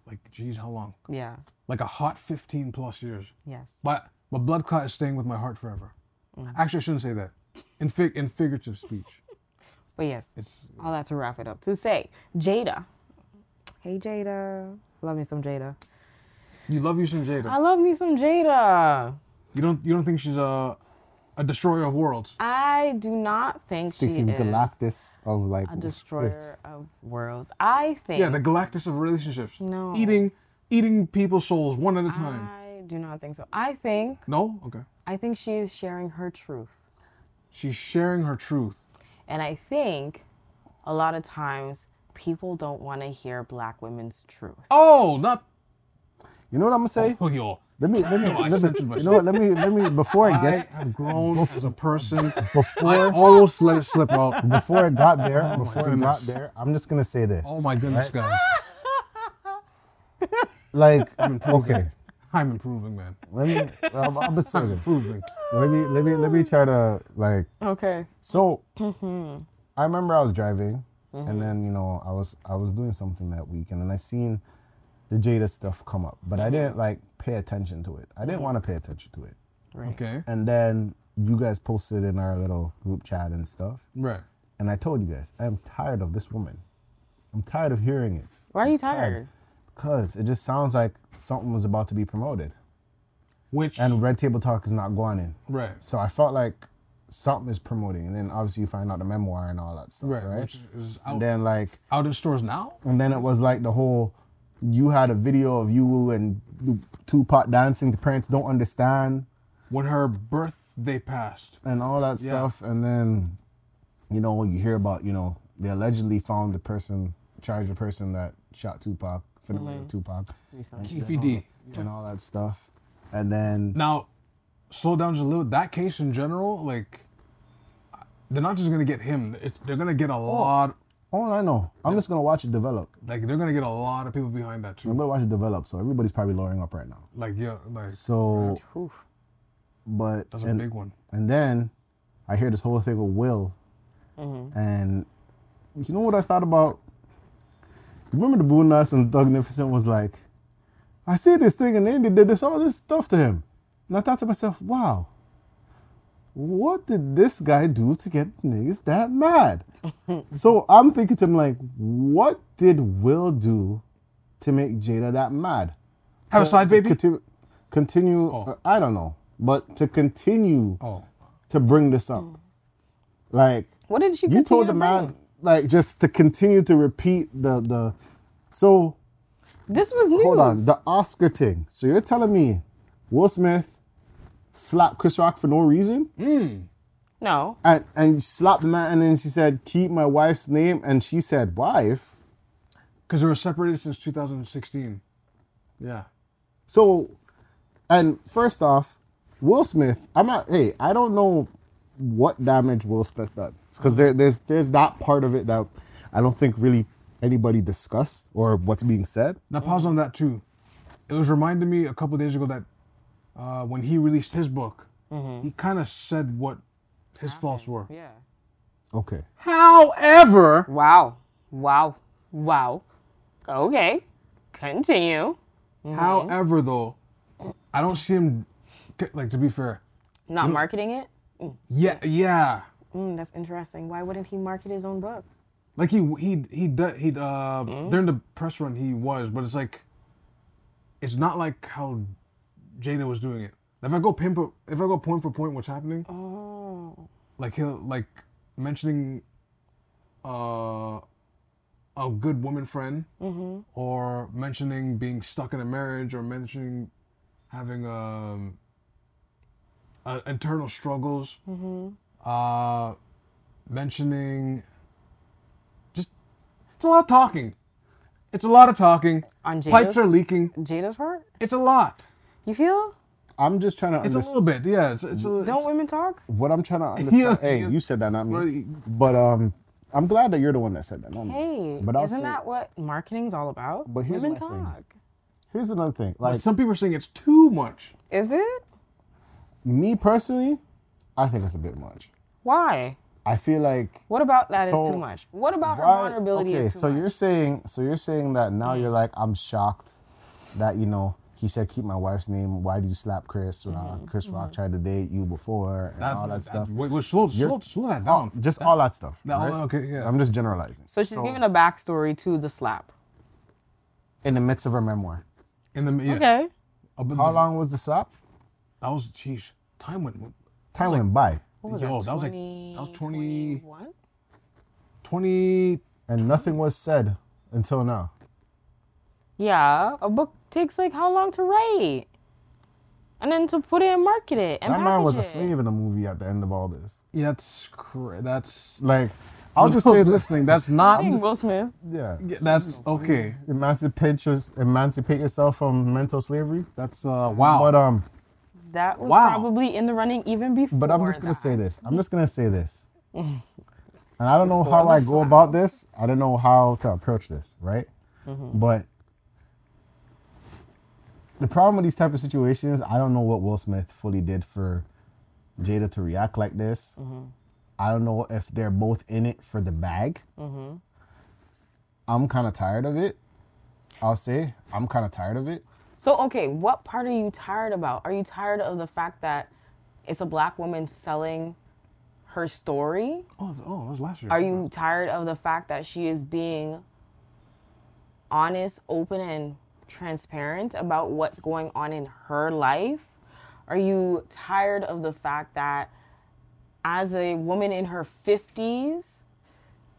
Speaker 3: like, geez, how long?
Speaker 2: yeah
Speaker 3: Like a hot 15 plus years.
Speaker 2: yes
Speaker 3: But but blood clot is staying with my heart forever.
Speaker 2: Mm.
Speaker 3: Actually, I shouldn't say that. In fig in figurative speech,
Speaker 2: but yes
Speaker 3: it's
Speaker 2: all that to wrap it up to say jada hey jada love me some jada
Speaker 3: you love you some Jada.
Speaker 2: i love me some jada
Speaker 3: You don't you don't think she's a a destroyer of worlds?
Speaker 2: i do not think she
Speaker 1: think she's
Speaker 2: is
Speaker 1: Galactus of like
Speaker 2: a destroyer of worlds i think
Speaker 3: Yeah, the Galactus of relationships.
Speaker 2: No. Ah.
Speaker 3: Eating eating people's souls one at a time.
Speaker 2: i do not think so i think
Speaker 3: No? Okay.
Speaker 2: I think she is sharing her truth.
Speaker 3: She's sharing her truth.
Speaker 2: And I think a lot of times people don't want to hear black women's truth.
Speaker 3: Oh, not
Speaker 1: You know what I'm gonna say?
Speaker 3: oh, yo.
Speaker 1: Let me let me,
Speaker 3: I
Speaker 1: let
Speaker 3: censored
Speaker 1: me
Speaker 3: myself.
Speaker 1: you know what let me let me before it
Speaker 3: I
Speaker 1: gets
Speaker 3: have grown as a person. I
Speaker 1: before
Speaker 3: almost let it slip out.
Speaker 1: before it got there before it
Speaker 3: Oh goodness.
Speaker 1: got there I'm just gonna say this
Speaker 3: Oh my goodness, guys.
Speaker 1: like okay
Speaker 3: I'm improving, man.
Speaker 1: let me I'm, I'm gonna say this
Speaker 3: Improving.
Speaker 1: let me let me let me try to like
Speaker 2: Okay.
Speaker 1: So
Speaker 3: Mm-hmm.
Speaker 1: I remember I was driving, and then you know I was I was doing something that weekend, and I seen the Jada stuff come up, but I
Speaker 3: Mm-hmm.
Speaker 1: didn't like pay attention to it. I didn't want to pay attention to it.
Speaker 3: Okay.
Speaker 1: And then you guys posted in our little group chat and stuff,
Speaker 3: Right.
Speaker 1: and I told you guys I'm tired of this woman. I'm tired of hearing it
Speaker 2: Why are you tired?
Speaker 1: because it just sounds like something was about to be promoted,
Speaker 3: Which
Speaker 1: and Red Table Talk is not going in.
Speaker 3: right.
Speaker 1: So I felt like something is promoting, and then obviously you find out the memoir and all that stuff,
Speaker 3: Right,
Speaker 1: right?
Speaker 3: which is out.
Speaker 1: and then like,
Speaker 3: Out in stores now?
Speaker 1: and then it was like the whole, you had a video of you and Tupac dancing. The parents don't understand
Speaker 3: When her birthday passed.
Speaker 1: and all that stuff, and then, you know, you hear about you know they allegedly found the person, charged the person that shot Tupac for the murder of Tupac, and shit and all-
Speaker 3: EPD.
Speaker 1: and all that stuff, and then
Speaker 3: Now, slow down just a little. That case in general, like, they're not just gonna get him. It, they're gonna get a
Speaker 1: Oh.
Speaker 3: lot.
Speaker 1: all I know, I'm just gonna watch it develop.
Speaker 3: Like, they're gonna get a lot of people behind that too.
Speaker 1: I'm gonna watch it develop. So everybody's probably lowering up right now.
Speaker 3: Like, yeah, like
Speaker 1: So, but
Speaker 3: that's a
Speaker 1: and-
Speaker 3: big one.
Speaker 1: And then I hear this whole thing with Will. And you know what I thought about? Remember the Boondocks and Doug Nificent was like, I see this thing and then they did this all this stuff to him. And I thought to myself, wow, what did this guy do to get niggas that mad? so I'm thinking to him like, what did Will do to make Jada that mad?
Speaker 3: Have a side
Speaker 1: to
Speaker 3: baby.
Speaker 1: conti- continue uh, i don't know but to continue
Speaker 3: Oh,
Speaker 1: to bring this up like
Speaker 2: What did she
Speaker 1: you
Speaker 2: continue
Speaker 1: told
Speaker 2: to
Speaker 1: the man like just to continue to repeat the the so
Speaker 2: This was news.
Speaker 1: hold on the oscar thing so you're telling me will smith slapped chris rock for no reason
Speaker 2: Hmm? No.
Speaker 1: and and slapped the man and then she said keep my wife's name and she said wife
Speaker 3: because they were separated since 2016. Yeah.
Speaker 1: So, and first off, Will Smith. I'm not. Hey, I don't know what damage Will Smith done because there, there's there's that part of it that I don't think really anybody discussed or what's being said.
Speaker 3: Now pause on that too. It was reminding me a couple days ago that uh, when he released his book, he kind of said what his faults were.
Speaker 2: Yeah.
Speaker 1: Okay.
Speaker 3: However,
Speaker 2: Wow. Wow. Wow. Okay. Continue.
Speaker 3: However, though, I don't see him. Like to be fair,
Speaker 2: Not
Speaker 1: Hmm.
Speaker 2: marketing it?
Speaker 3: yeah, yeah.
Speaker 2: Mm, that's interesting. Why wouldn't he market his own book?
Speaker 3: Like he he he do- he uh during the press run he was, but it's like it's not like how Jada was doing it. If I go pin for, if I go point for point, what's happening? like he'll like mentioning uh, a good woman friend or mentioning being stuck in a marriage or mentioning having um, uh, internal struggles uh, mentioning just it's a lot of talking it's a lot of talking
Speaker 2: On Jada's-
Speaker 3: pipes are leaking
Speaker 2: Jada's part?
Speaker 3: it's a lot
Speaker 2: You feel?
Speaker 1: I'm just trying to
Speaker 3: it's a
Speaker 1: understand.
Speaker 3: little bit yeah it's, it's a,
Speaker 2: Don't women talk?
Speaker 1: What I'm trying to understand.
Speaker 3: Yeah.
Speaker 1: hey, you said that, not me.
Speaker 3: Right.
Speaker 1: But um, I'm glad that you're the one that said that. Not me.
Speaker 2: Hey,
Speaker 1: but I'll
Speaker 2: isn't
Speaker 1: say-
Speaker 2: that what marketing's all about?
Speaker 1: But here's
Speaker 2: women
Speaker 1: my thing.
Speaker 2: talk.
Speaker 1: Here's another thing. Like
Speaker 3: some people are saying it's too much
Speaker 2: Is it?
Speaker 1: me personally, I think it's a bit much.
Speaker 2: Why?
Speaker 1: I feel like
Speaker 2: What about that is
Speaker 1: So,
Speaker 2: too much? What about her
Speaker 1: Why-
Speaker 2: vulnerability
Speaker 1: Okay,
Speaker 2: is too
Speaker 1: so
Speaker 2: much? Mm.
Speaker 1: you're saying so you're saying that now you're like I'm shocked that you know he said keep my wife's name. Why do you slap Chris? When
Speaker 2: Mm-hmm.
Speaker 1: uh, Chris Rock tried to date you before and
Speaker 3: Oh,
Speaker 1: all that, stuff.
Speaker 3: wait, wait, slow, slow, slow that down
Speaker 1: just all that stuff.
Speaker 3: that-
Speaker 1: right?
Speaker 3: okay, yeah.
Speaker 1: I'm just generalizing.
Speaker 2: So she's giving a backstory to the slap.
Speaker 1: In the midst of her memoir,
Speaker 3: in the yeah.
Speaker 2: Okay.
Speaker 3: Uh, but
Speaker 1: how
Speaker 3: the-
Speaker 1: long was the slap?
Speaker 3: That was jeez. Time went.
Speaker 1: Time went by,
Speaker 2: What was
Speaker 3: yo,
Speaker 2: that?
Speaker 3: that was like
Speaker 2: 20,
Speaker 3: that was 20,
Speaker 2: 21?
Speaker 3: 20
Speaker 1: and nothing was said until now.
Speaker 2: Yeah, a book takes like how long to write? And then to put it and market it and
Speaker 1: That man was a
Speaker 2: package it.
Speaker 1: slave in the movie at the end of all this.
Speaker 3: Yeah, that's cra- that's.
Speaker 1: Like, I'll just
Speaker 3: For
Speaker 1: say
Speaker 3: those listening. That's not.
Speaker 2: Dang, Will Smith.
Speaker 1: Yeah,
Speaker 3: That's okay.
Speaker 1: emancipate, your, emancipate yourself from mental slavery.
Speaker 3: That's uh
Speaker 1: But
Speaker 3: wow.
Speaker 1: um,
Speaker 2: That was
Speaker 3: Wow.
Speaker 2: probably in the running even before.
Speaker 1: But I'm just gonna
Speaker 2: that.
Speaker 1: say this. I'm just gonna say this. And I don't know how I go about this. I don't know how to approach this, right? But the problem with these type of situations, I don't know what Will Smith fully did for Jada to react like this. I don't know if they're both in it for the bag. I'm kind of tired of it. I'll say I'm kind of tired of it.
Speaker 2: So okay, what part are you tired about? Are you tired of the fact that it's a black woman selling her story?
Speaker 3: Oh, oh, that was last year.
Speaker 2: Are
Speaker 1: Mm-hmm.
Speaker 2: you tired of the fact that she is being honest, open, and transparent about what's going on in her life? Are you tired of the fact that as a woman in her 50s,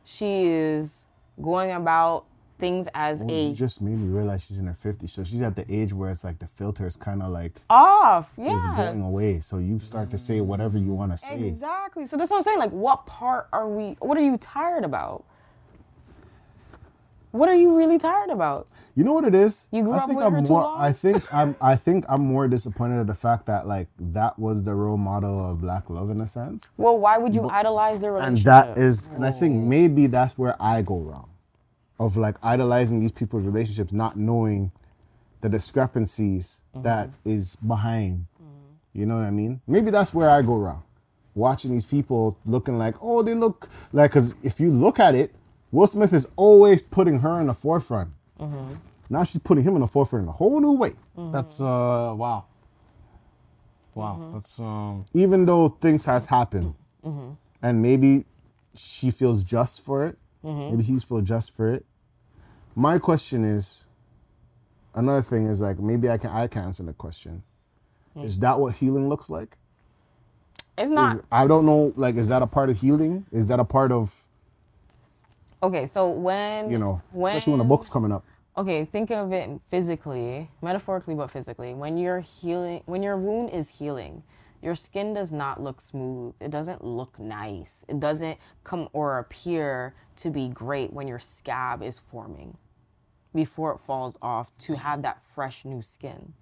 Speaker 2: she is going about things as
Speaker 1: You
Speaker 2: a
Speaker 1: just made me realize she's in her 50s, so she's at the age where it's like the filter is kind of like
Speaker 2: off?
Speaker 1: is
Speaker 2: Yeah.
Speaker 1: going away. So you start to say whatever you want to say.
Speaker 2: Exactly. So that's what I'm saying. Like, what part are we? What are you tired about? What are you really tired about?
Speaker 1: You know what it is?
Speaker 2: You grew
Speaker 1: I
Speaker 2: up
Speaker 1: think
Speaker 2: with
Speaker 1: I'm
Speaker 2: her too
Speaker 1: more,
Speaker 2: long?
Speaker 1: I think I'm. I think I'm more disappointed at the fact that like that was the role model of black love in a sense,
Speaker 2: Well, why would you idolize their
Speaker 1: and
Speaker 2: relationship?
Speaker 1: that is, and I think maybe that's where I go wrong, of like idolizing these people's relationships, not knowing the discrepancies that is behind. You know what I mean? Maybe that's where I go wrong. Watching these people looking like, oh, they look like, because if you look at it, Will Smith is always putting her in the forefront. Now she's putting him in the forefront in a whole new way.
Speaker 2: Mm-hmm.
Speaker 3: That's uh wow. Wow, that's um.
Speaker 1: Even though things has happened,
Speaker 2: Mm-hmm.
Speaker 1: and maybe she feels just for it,
Speaker 2: Mm-hmm.
Speaker 1: maybe he's feel just for it. My question is, another thing is like maybe I can I can answer the question. Is that what healing looks like?
Speaker 2: It's Hmm. not
Speaker 1: I don't know. Like, is that a part of healing? Is that a part of
Speaker 2: okay. So when
Speaker 1: you know,
Speaker 2: when,
Speaker 1: especially when the book's coming up?
Speaker 2: okay, think of it physically, metaphorically, but physically. When you're healing, when your wound is healing, your skin does not look smooth. It doesn't look nice. It doesn't come or appear to be great when your scab is forming before it falls off to have that fresh new skin.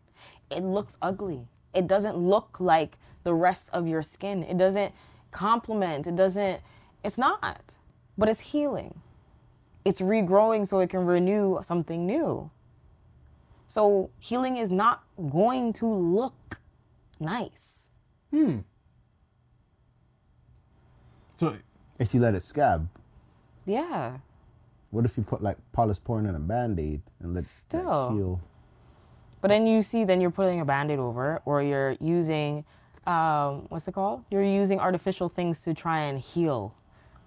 Speaker 2: It looks ugly. It doesn't look like the rest of your skin. It doesn't complement. It doesn't, it's not, but it's healing it's regrowing so it can renew something new. So healing is not going to look nice.
Speaker 3: So
Speaker 1: If you let it scab,
Speaker 2: Yeah.
Speaker 1: what if you put like polysporin and a band aid and let it
Speaker 2: Still.
Speaker 1: heal?
Speaker 2: But then you see, then you're putting a band-aid over, it, or you're using, um, what's it called? You're using artificial things to try and heal,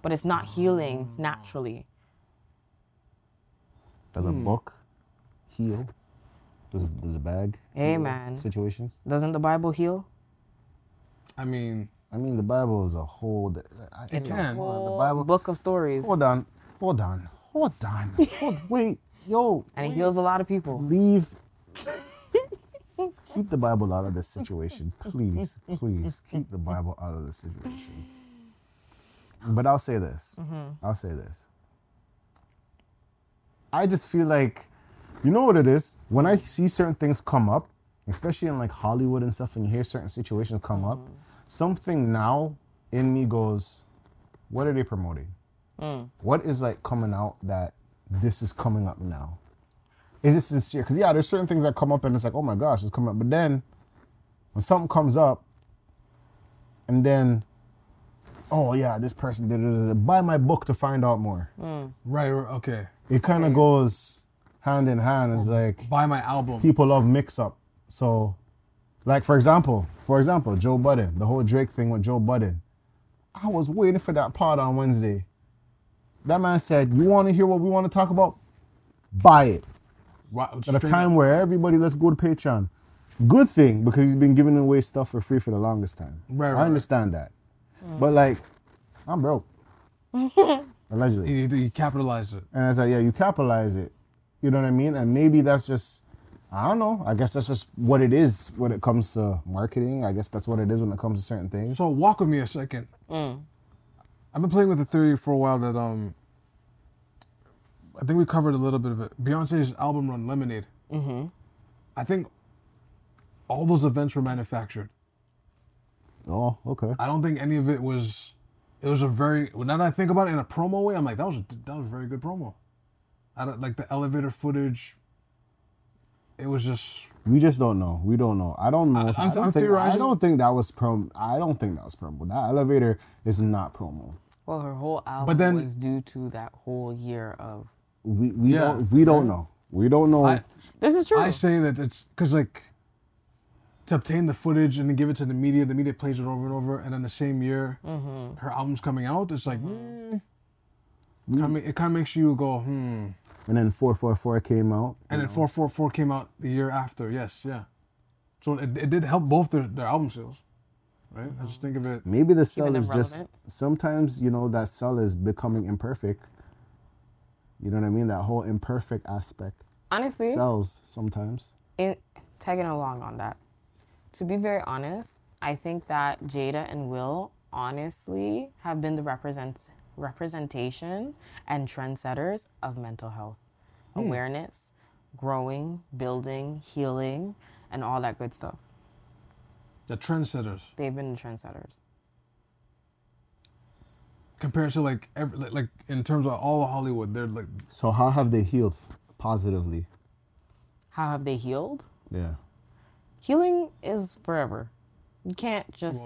Speaker 2: but it's not healing naturally.
Speaker 1: Does a
Speaker 2: Hmm.
Speaker 1: book heal? Does a, does a bag? heal
Speaker 2: Amen.
Speaker 1: Situations.
Speaker 2: Doesn't the Bible heal?
Speaker 3: I mean,
Speaker 1: I mean, the Bible is a whole. I,
Speaker 3: It can.
Speaker 1: The Bible.
Speaker 2: Book of stories.
Speaker 1: Hold on. Hold on. Hold on. Hold, wait. Yo.
Speaker 2: And it
Speaker 1: wait.
Speaker 2: heals a lot of people.
Speaker 1: leave. keep the Bible out of this situation, please, please keep the Bible out of this situation. But I'll say this. I'll say this. I just feel like, you know what it is? When I see certain things come up, especially in like Hollywood and stuff, and you hear certain situations come up, something now in me goes, what are they promoting? What is like coming out that this is coming up now? is it sincere? Because yeah, there's certain things that come up and it's like, oh my gosh, it's coming up. But then when something comes up, and then, oh yeah, this person did it. Buy my book to find out more.
Speaker 3: Right, right, okay.
Speaker 1: It kind of goes hand in hand. It's like
Speaker 3: Buy my album.
Speaker 1: people love mix up. So, like for example, for example, Joe Budden, the whole Drake thing with Joe Budden. I was waiting for that part on Wednesday. That man said, "You want to hear what we want to talk about? Buy it."
Speaker 3: Wow,
Speaker 1: at a
Speaker 3: straight
Speaker 1: time
Speaker 3: up.
Speaker 1: where everybody let's go to Patreon. Good thing because he's been giving away stuff for free for the longest time.
Speaker 3: Right, right,
Speaker 1: I understand that, but like, I'm broke, allegedly.
Speaker 3: He, he capitalized it.
Speaker 1: And I was like, yeah, you capitalize it. You know what I mean? And maybe that's just, I don't know. I guess that's just what it is when it comes to marketing. I guess that's what it is when it comes to certain things.
Speaker 3: So walk with me a second. I've been playing with the theory for a while that um, I think we covered a little bit of it. Beyonce's album run Lemonade. Mm-hmm. I think all those events were manufactured.
Speaker 1: Oh, okay.
Speaker 3: I don't think any of it was. It was a very now that I think about it in a promo way, I'm like that was a, that was a very good promo. I don't like the elevator footage. It was just
Speaker 1: We just don't know. We don't know. I don't know. if-
Speaker 3: I'm-
Speaker 1: I, don't
Speaker 3: I'm
Speaker 1: think, I
Speaker 3: theorizing.
Speaker 1: don't think that was promo. I don't think that was promo. That elevator is not promo.
Speaker 2: Well, her whole album
Speaker 3: then-
Speaker 2: was due to that whole year of.
Speaker 1: We we
Speaker 3: Yeah.
Speaker 1: don't we don't know. We don't know.
Speaker 3: I
Speaker 2: This is true.
Speaker 3: I say that it's because like to obtain the footage and then give it to the media, the media plays it over and over, and then the same year her album's coming out, it's like mm. Kinda- it kind of makes you go hmm.
Speaker 1: and then 444 came out.
Speaker 3: And then four four four came out the year after. Yes, yeah. So it, it did help both their, their album sales, right? I just think of it.
Speaker 1: Maybe the cell
Speaker 2: them
Speaker 1: is just
Speaker 2: relevant.
Speaker 1: sometimes you know that cell is becoming imperfect. You know what I mean? That whole imperfect aspect
Speaker 2: Honestly,
Speaker 1: cells sometimes.
Speaker 2: in, tagging along on that. To be very honest, I think that Jada and Will honestly have been the represent, representation and trendsetters of mental health awareness, growing, building, healing, and all that good stuff.
Speaker 3: The trendsetters
Speaker 2: They've been the trendsetters.
Speaker 3: compared to like every, like, like in terms of all of Hollywood, they're like
Speaker 1: So how have they healed positively?
Speaker 2: How have they healed?
Speaker 1: Yeah.
Speaker 2: Healing is forever. You can't just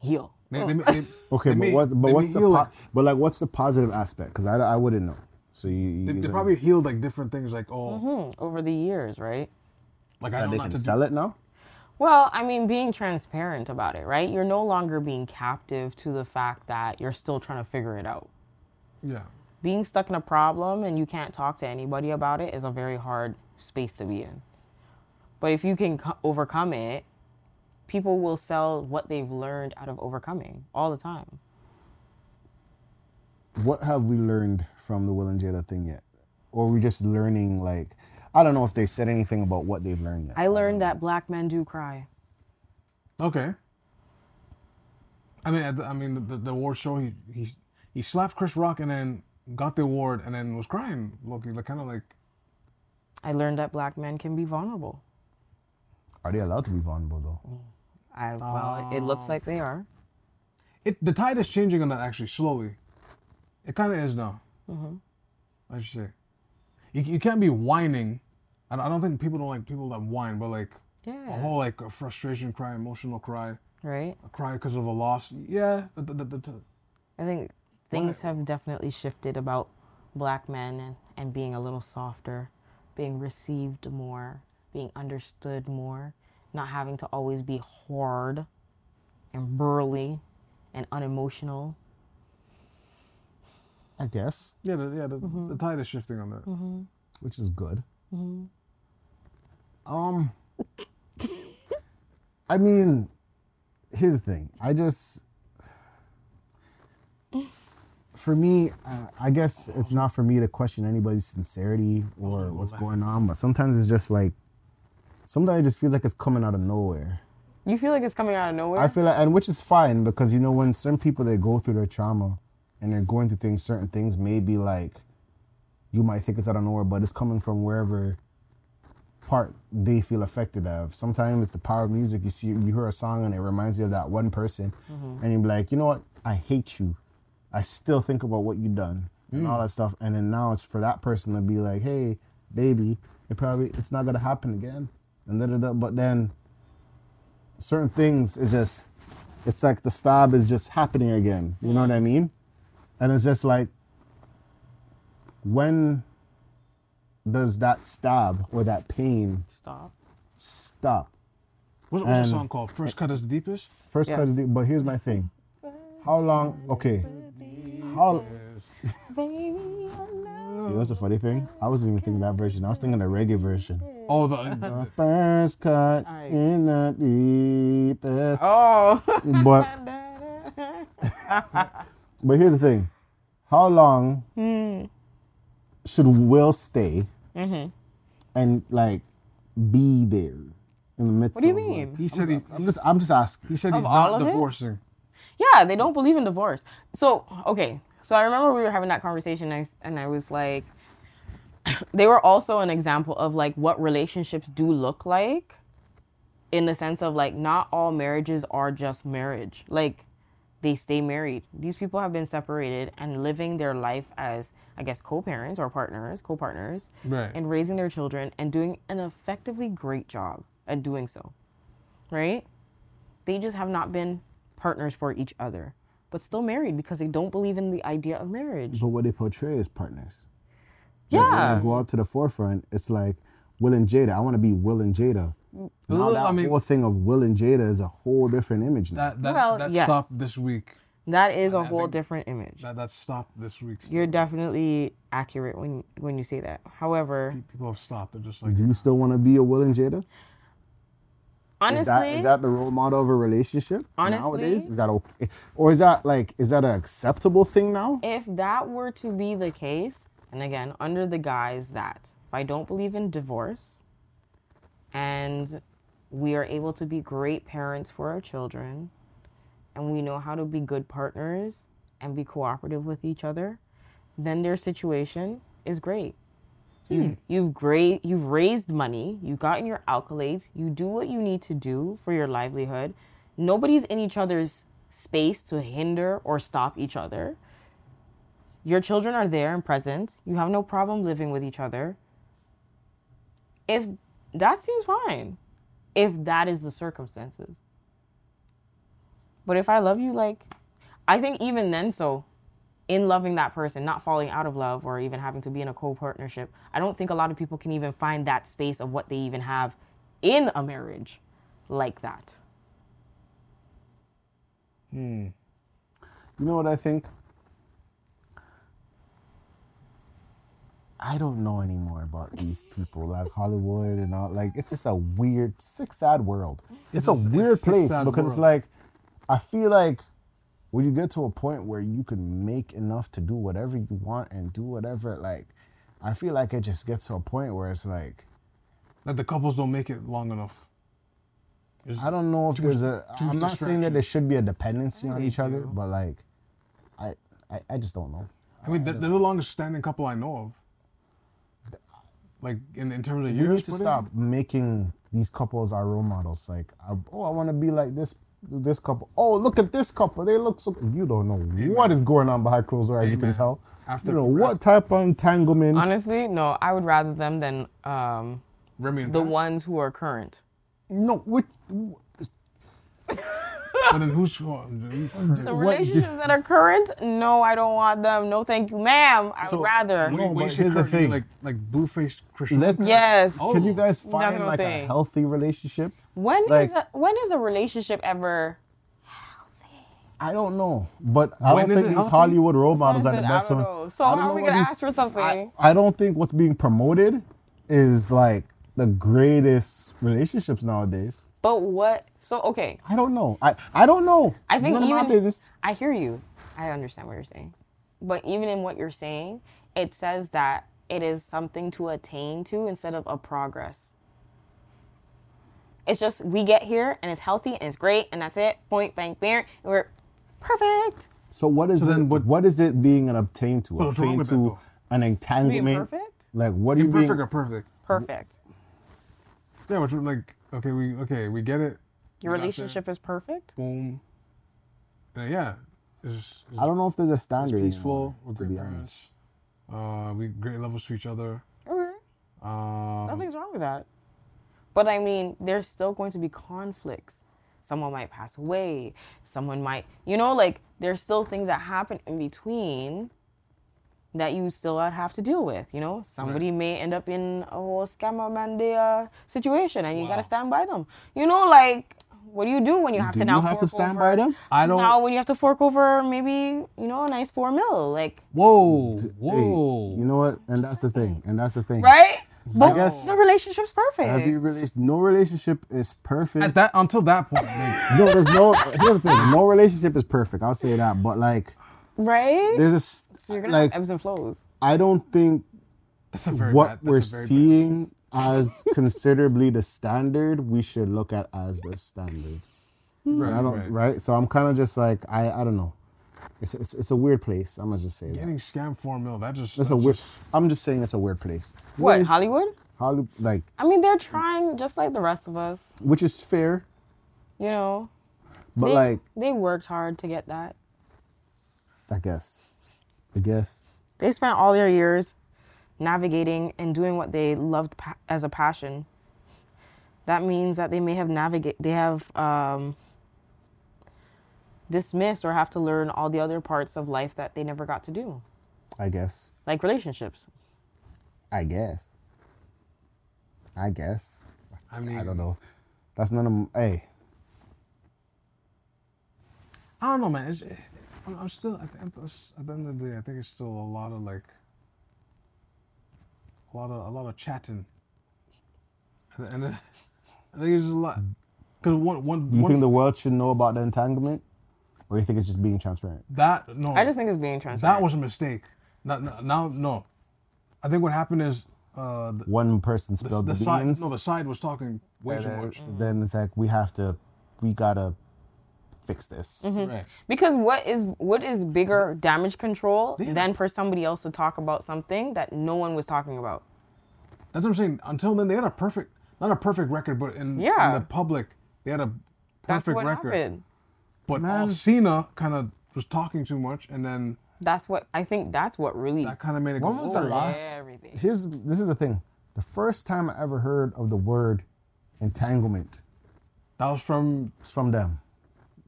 Speaker 2: heal.
Speaker 3: they, they, they,
Speaker 1: Okay, but
Speaker 3: they may-
Speaker 1: what?
Speaker 3: they
Speaker 1: But what's
Speaker 3: may
Speaker 1: the
Speaker 3: heal,
Speaker 1: po-
Speaker 3: like-
Speaker 1: but like what's the positive aspect? Because I, I wouldn't know. So you, you
Speaker 3: they,
Speaker 1: you
Speaker 3: they
Speaker 1: don't-
Speaker 3: probably healed like different things, like oh,
Speaker 2: Hmm, over the years, right?
Speaker 3: like I
Speaker 1: that
Speaker 3: know
Speaker 1: they
Speaker 3: not
Speaker 1: can
Speaker 3: to do
Speaker 1: sell it now.
Speaker 2: Well, I mean, being transparent about it, right? You're no longer being captive to the fact that you're still trying to figure it out.
Speaker 3: Yeah.
Speaker 2: Being stuck in a problem and you can't talk to anybody about it is a very hard space to be in. But if you can co- overcome it, people will sell what they've learned out of overcoming all the time.
Speaker 1: what have we learned from the Will and Jada thing yet? Or are we just learning like I don't know if they said anything about what they've learned yet.
Speaker 2: I learned that black men do cry.
Speaker 3: Okay. I mean, at the, I mean, the, the, the award show, he, he he slapped Chris Rock and then got the award and then was crying. Loki, like kind of like
Speaker 2: I learned that black men can be vulnerable.
Speaker 1: Are they allowed to be vulnerable though?
Speaker 2: I, well, it looks like they are.
Speaker 3: it. The tide is changing on that actually slowly. It kind of is now. Mm-hmm. I should say, you, you can't be whining. I don't, I don't think people don't like people that whine, but like a
Speaker 2: Yeah.
Speaker 3: whole like a frustration cry, emotional cry,
Speaker 2: Right?
Speaker 3: a cry because of a loss. Yeah, th- th- th- th-
Speaker 2: I think things have definitely shifted about black men and, and being a little softer, being received more, being understood more, not having to always be hard and burly and unemotional.
Speaker 1: I guess,
Speaker 3: yeah, the, yeah. The, the tide is shifting on that.
Speaker 1: which is good. Um I mean here's the thing. I just, for me, uh, I guess it's not for me to question anybody's sincerity or what's going on, but sometimes it's just like, sometimes it just feels like it's coming out of nowhere.
Speaker 2: You feel like it's coming out of nowhere.
Speaker 1: I feel like, and which is fine because you know when certain people they go through their trauma and they're going through things, certain things may be like, you might think it's out of nowhere, but it's coming from wherever part they feel affected of. Sometimes it's the power of music. You see, you hear a song and it reminds you of that one person, and you're like, you know what? I hate you. I still think about what you done and all that stuff. And then now it's for that person to be like, hey, baby, it probably it's not gonna happen again. And da da da. But then certain things is just it's like the stab is just happening again. You know what I mean? And it's just like when does that stab or that pain
Speaker 2: Stop.
Speaker 1: stop?
Speaker 3: What's, what's
Speaker 1: And-
Speaker 3: the song called? First cut is the deepest.
Speaker 1: First
Speaker 2: Yes.
Speaker 1: cause, but here's my thing. How long? Okay. How? It was a funny thing. I wasn't even thinking that version. I was thinking the reggae version.
Speaker 3: Oh, the,
Speaker 1: First cut in the deepest.
Speaker 4: Oh,
Speaker 1: But but here's the thing. How long
Speaker 2: Hmm.
Speaker 1: should will stay
Speaker 2: Mm-hmm.
Speaker 1: and like be there in the midst?
Speaker 2: What do you
Speaker 1: of, like-
Speaker 2: mean?
Speaker 3: he said he,
Speaker 1: I'm just I'm just asking.
Speaker 3: he said he's
Speaker 2: all
Speaker 3: not
Speaker 2: of it?
Speaker 3: divorcing.
Speaker 2: Yeah, they don't believe in divorce. So okay, so I remember we were having that conversation, and I, s- and I was like, they were also an example of like what relationships do look like, in the sense of like not all marriages are just marriage. Like they stay married. These people have been separated and living their life as I guess co-parents or partners, co-partners,
Speaker 3: Right.
Speaker 2: and raising their children and doing an effectively great job at doing so, right? they just have not been partners for each other, but still married because they don't believe in the idea of marriage.
Speaker 1: But what they portray as partners. Like, when
Speaker 2: Yeah.
Speaker 1: they go out to the forefront, it's like Will and Jada. I want to be Will and Jada. Now
Speaker 3: Ugh,
Speaker 1: that
Speaker 3: I mean-
Speaker 1: whole thing of Will and Jada is a whole different image now.
Speaker 3: That that,
Speaker 2: Well,
Speaker 3: that
Speaker 2: yes.
Speaker 3: stopped this week.
Speaker 2: That is a whole
Speaker 3: think-
Speaker 2: different image.
Speaker 3: That that stopped this week.
Speaker 2: You're definitely accurate when when you say that. However,
Speaker 3: People have stopped. They're just like
Speaker 1: Do you still want to be a Will and Jada?
Speaker 2: honestly,
Speaker 1: Is that is that the role model of a relationship nowadays?
Speaker 2: Honestly-
Speaker 1: Is that okay, or is that like is that an acceptable thing now?
Speaker 2: if that were to be the case, and again, under the guise that if I don't believe in divorce and we are able to be great parents for our children and we know how to be good partners and be cooperative with each other, then their situation is great. You've, you've great you've raised money, you've gotten your accolades, you do what you need to do for your livelihood. Nobody's in each other's space to hinder or stop each other. Your children are there and present. You have no problem living with each other. If that seems fine, if that is the circumstances. But if I love you, like, I think even then, so in loving that person, not falling out of love or even having to be in a co partnership, I don't think a lot of people can even find that space of what they even have in a marriage like that.
Speaker 1: You know what I think? I don't know anymore about these people like Hollywood and all. Like it's just a weird, sick, sad world. It's a weird
Speaker 3: sick,
Speaker 1: place
Speaker 3: sad
Speaker 1: because it's
Speaker 3: world.
Speaker 1: like I feel like when you get to a point where you can make enough to do whatever you want and do whatever, like I feel like it just gets to a point where it's like
Speaker 3: that. The couples don't make it long enough.
Speaker 1: I don't know if there's a. I'm not saying that there should be a dependency on each other, but like, I, I, I just don't know.
Speaker 3: I mean, they're, they're the longest standing couple I know of. Like in, in terms of
Speaker 1: We
Speaker 3: years.
Speaker 1: need to
Speaker 3: put in?
Speaker 1: stop making these couples our role models. Like, I, oh, I want to be like this this couple. Oh, look at this couple. They look so. You don't know what is going on behind closed doors, as you can
Speaker 3: Amen.
Speaker 1: tell.
Speaker 3: After-
Speaker 1: you know what type of entanglement.
Speaker 2: Honestly, no, I would rather them than um,
Speaker 3: Remy and
Speaker 2: the
Speaker 3: Pat?
Speaker 2: ones who are current.
Speaker 1: no, which
Speaker 3: But then who's, who's
Speaker 2: The
Speaker 1: What do-
Speaker 2: relationships that are current, no, I don't want them. No, thank you, ma'am. I
Speaker 1: So,
Speaker 2: would rather.
Speaker 1: No,
Speaker 3: Wait, wait,
Speaker 1: but
Speaker 3: should
Speaker 1: here's the
Speaker 3: Kurt be
Speaker 1: thing.
Speaker 3: Like like blue faced Christian.
Speaker 1: let's.
Speaker 2: Yes. Oh.
Speaker 1: Can you guys
Speaker 2: what
Speaker 1: find
Speaker 2: I'm
Speaker 1: like a
Speaker 2: saying.
Speaker 1: healthy relationship?
Speaker 2: When is
Speaker 1: like-
Speaker 2: a, when is a relationship ever?
Speaker 1: I don't know, but I
Speaker 3: When
Speaker 1: don't
Speaker 3: is
Speaker 1: think
Speaker 3: it
Speaker 1: these
Speaker 3: healthy?
Speaker 1: Hollywood role
Speaker 2: That's why I
Speaker 1: models are the
Speaker 2: said, I
Speaker 1: best
Speaker 2: don't
Speaker 1: one.
Speaker 2: know. So
Speaker 1: I don't
Speaker 2: how are we
Speaker 1: what
Speaker 2: gonna
Speaker 1: these-
Speaker 2: ask for something?
Speaker 1: I, I don't think what's being promoted is like the greatest relationships nowadays.
Speaker 2: But what? So okay,
Speaker 1: I don't know. I, I don't know.
Speaker 2: I
Speaker 1: It's
Speaker 2: think
Speaker 1: none of
Speaker 2: even
Speaker 1: my business.
Speaker 2: I hear you. I understand what you're saying. But even in what you're saying, it says that it is something to attain to instead of a progress. It's just we get here and it's healthy and it's great and that's it. Point bang bang. And we're perfect.
Speaker 1: So what is
Speaker 3: So then
Speaker 1: it,
Speaker 3: what-
Speaker 1: what is it being an obtained to?
Speaker 3: What's wrong
Speaker 1: Obtained
Speaker 3: with that,
Speaker 1: to
Speaker 3: though?
Speaker 1: an entanglement.
Speaker 2: perfect?
Speaker 1: Like what are you
Speaker 3: Imperfect
Speaker 1: being?
Speaker 3: or perfect?
Speaker 2: Perfect.
Speaker 3: Yeah, which would, like okay, we okay, we get it.
Speaker 2: Your
Speaker 3: We got
Speaker 2: relationship is perfect.
Speaker 3: there. Boom. Uh, yeah, it's, just-
Speaker 1: I don't know if there's a
Speaker 3: it's
Speaker 1: standard. anymore,
Speaker 3: peaceful. We're
Speaker 1: to
Speaker 3: great
Speaker 1: be honest.
Speaker 3: parents. Uh, we great levels to each other.
Speaker 2: Okay.
Speaker 3: Um,
Speaker 2: Nothing's wrong with that. But I mean, there's still going to be conflicts. Someone might pass away. Someone might, you know, like there's still things that happen in between that you still have to deal with. You know, somebody may end up in a whole scammer mandia situation, and you gotta stand by them. You know, like what do you do when you have
Speaker 1: Do
Speaker 2: to
Speaker 1: you
Speaker 2: now
Speaker 1: have to
Speaker 2: fork
Speaker 1: stand
Speaker 2: over-
Speaker 1: by them?
Speaker 3: I don't.
Speaker 2: Now when you have to fork over maybe you know a nice four mil, like
Speaker 3: Whoa,
Speaker 1: Hey,
Speaker 3: whoa.
Speaker 1: you know what? And that's the thing. And that's the thing.
Speaker 2: right? But
Speaker 1: guess-
Speaker 2: the relationship's perfect.
Speaker 1: Every rela- no relationship is perfect.
Speaker 3: At that until that point, like,
Speaker 1: no, there's no. Here's the thing. No relationship is perfect. I'll say that. But like,
Speaker 2: right?
Speaker 1: there's a s-
Speaker 2: so you're gonna
Speaker 1: like.
Speaker 2: have ebbs and flows.
Speaker 1: I don't think
Speaker 3: that's a very bad,
Speaker 1: what
Speaker 3: that's
Speaker 1: we're
Speaker 3: a very bad-
Speaker 1: seeing as considerably the standard we should look at as the standard.
Speaker 3: Right,
Speaker 1: I don't
Speaker 3: right.
Speaker 1: right. So I'm kind of just like I I don't know. It's, it's it's a weird place. I'm gonna just say that.
Speaker 3: Getting scammed four mil. That just
Speaker 1: That's
Speaker 3: that's
Speaker 1: a weird.
Speaker 3: just-
Speaker 1: I'm just saying it's a weird place.
Speaker 2: What Hollywood?
Speaker 1: How like
Speaker 2: I mean, they're trying just like the rest of us,
Speaker 1: which is fair,
Speaker 2: you know.
Speaker 1: but
Speaker 2: they,
Speaker 1: like
Speaker 2: they worked hard to get that.
Speaker 1: I guess, I guess.
Speaker 2: They spent all their years navigating and doing what they loved pa- as a passion. That means that they may have navigate they have um, dismissed or have to learn all the other parts of life that they never got to do,
Speaker 1: I guess.
Speaker 2: like relationships.
Speaker 1: I guess. I guess.
Speaker 3: I mean,
Speaker 1: I don't know. That's none of m- hey.
Speaker 3: I don't know, man. It's, I'm, I'm still at the, end of this- at the end of the day. I think it's still a lot of like a lot of a lot of chatting, and, and it- I think it's a lot because one one,
Speaker 1: Do you
Speaker 3: one-
Speaker 1: think the world should know about the entanglement, or you think it's just being transparent?
Speaker 3: that no
Speaker 2: I just think it's being transparent.
Speaker 3: that was a mistake. Not, not- now no, I think what happened is uh, the,
Speaker 1: One person
Speaker 3: the,
Speaker 1: spilled the,
Speaker 3: side
Speaker 1: beans.
Speaker 3: no the side was talking way
Speaker 1: and
Speaker 3: too
Speaker 1: then,
Speaker 3: much.
Speaker 1: then it's like we have to, we gotta fix this.
Speaker 2: Mm-hmm.
Speaker 3: Right.
Speaker 2: Because what is what is bigger damage control than for somebody else to talk about something that no one was talking about?
Speaker 3: That's what I'm saying. Until then, they had a perfect, not a perfect record, but in, in
Speaker 2: Yeah.
Speaker 3: the public, they had a perfect
Speaker 2: That's what
Speaker 3: record.
Speaker 2: happened.
Speaker 3: But
Speaker 1: Man.
Speaker 3: all Cena kind of was talking too much, and then
Speaker 2: That's what I think. That's what really.
Speaker 3: that kind of made it.
Speaker 1: When
Speaker 3: go,
Speaker 1: was the
Speaker 3: "Oh,
Speaker 1: last?
Speaker 2: everything.
Speaker 1: Here's this is the thing. The first time I ever heard of the word entanglement
Speaker 3: That was from
Speaker 1: was from them.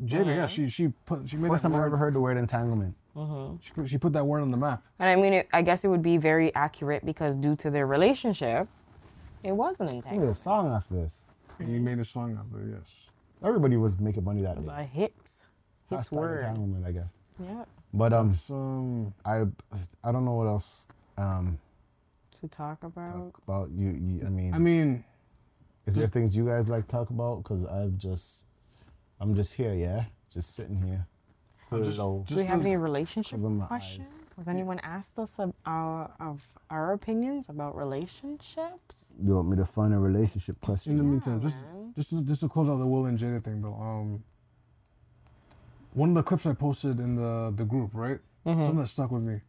Speaker 3: Jada.
Speaker 2: Mm-hmm.
Speaker 3: Yeah, she she put she made
Speaker 1: First
Speaker 3: that
Speaker 1: time I ever
Speaker 3: word,
Speaker 1: heard the word entanglement.
Speaker 3: she, put, she put that word on the map.
Speaker 2: And I mean, it, I guess it would be very accurate because due to their relationship, it wasn't
Speaker 1: There
Speaker 2: entangled.
Speaker 1: was a song after this.
Speaker 3: And
Speaker 2: Mm-hmm.
Speaker 3: he made a song out there. Yes.
Speaker 1: Everybody was making money that day.
Speaker 2: A hit, hit
Speaker 1: Hashtag
Speaker 2: word.
Speaker 1: entanglement, I guess.
Speaker 2: Yeah,
Speaker 1: But um,
Speaker 3: So
Speaker 1: I I don't know what else um
Speaker 2: to talk about.
Speaker 1: about you. you I mean,
Speaker 3: I mean,
Speaker 1: is there things you guys like to talk about? Because I've just I'm just here, yeah, just sitting here. Put it low.
Speaker 2: Do we have any relationship
Speaker 1: Open my eyes.
Speaker 2: questions? Was anyone asked us of our, of our opinions about relationships?
Speaker 1: You want me to find a relationship
Speaker 3: in the
Speaker 1: question?
Speaker 3: meantime, just just to, just to close out the Will and Jada thing, though. Um, one of the clips I posted in the the group, right? Something that stuck with me.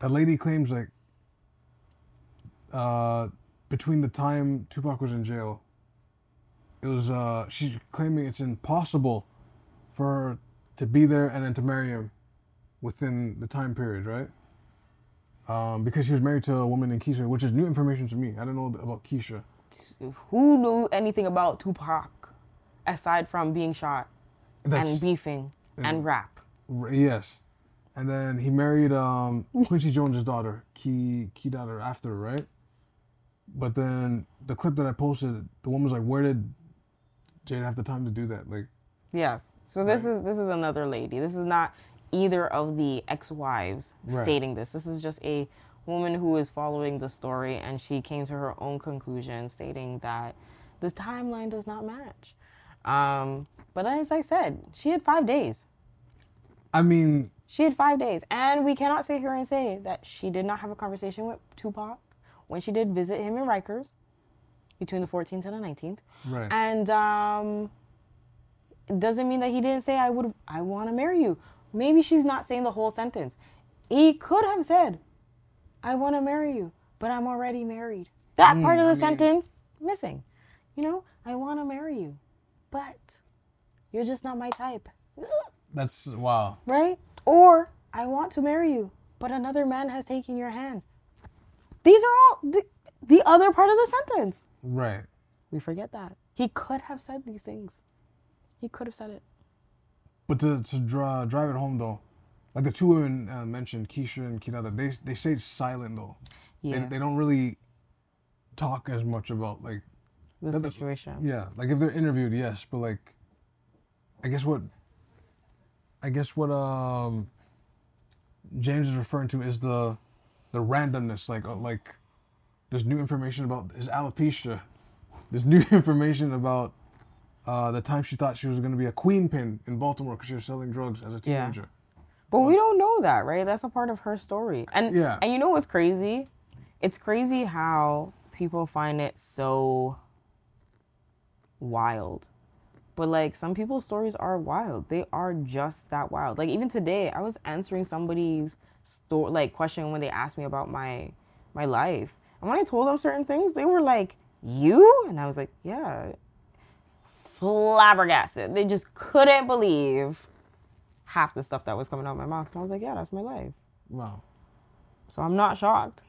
Speaker 3: That lady claims like uh, between the time Tupac was in jail, it was uh, she's claiming it's impossible for her to be there and then to marry him within the time period, right? Um, because she was married to a woman named Keisha, which is new information to me. I don't know about Keisha.
Speaker 2: who knew anything about Tupac aside from being shot
Speaker 3: That's-
Speaker 2: and beefing and rap?
Speaker 3: R- Yes. And then he married um, Quincy Jones's daughter, Key Key daughter after, right? But then the clip that I posted, the woman's like, "Where did Jade have the time to do that?" Like,
Speaker 2: Yes. So this is this is another lady. This is not either of the ex-wives
Speaker 3: Right.
Speaker 2: stating this. This is just a woman who is following the story and she came to her own conclusion stating that The timeline does not match. Um, but as I said, she had five days.
Speaker 3: I mean,
Speaker 2: She had five days. And we cannot sit here and say that she did not have a conversation with Tupac when she did visit him in Rikers between the 14th and the 19th.
Speaker 3: Right.
Speaker 2: And um, it doesn't mean that he didn't say, I would, I want to marry you. Maybe she's not saying the whole sentence. He could have said, I want to marry you, but I'm already married. That part of the sentence missing. You know, I want to marry you, but you're just not my type.
Speaker 3: that's wow.
Speaker 2: right? Or I want to marry you, but another man has taken your hand. These are all the, the other part of the sentence.
Speaker 3: Right.
Speaker 2: We forget that. He could have said these things. He could have said it.
Speaker 3: But to, to draw, drive it home though, like the two women uh, mentioned, Keisha and Kinada, they they stay silent though. They,
Speaker 2: Yes.
Speaker 3: they don't really talk as much about like
Speaker 2: The
Speaker 3: That- that-
Speaker 2: situation.
Speaker 3: yeah, like if they're interviewed, yes, but like, I guess what, I guess what um, James is referring to is the, the randomness, like uh, like, there's new information about his alopecia, there's new information about, uh, the time she thought she was gonna be a queen pin in Baltimore because she was selling drugs as a
Speaker 2: Yeah.
Speaker 3: teenager.
Speaker 2: But we don't know that, right? That's a part of her story. And
Speaker 3: Yeah.
Speaker 2: and you know what's crazy? It's crazy how people find it so wild. But like some people's stories are wild. They are just that wild. Like even today, I was answering somebody's story like question when they asked me about my my life. And when I told them certain things, they were like, "You?" And I was like, "Yeah." Flabbergasted. They just couldn't believe half the stuff that was coming out of my mouth. And I was like, yeah, that's my life.
Speaker 3: Wow.
Speaker 2: So I'm not shocked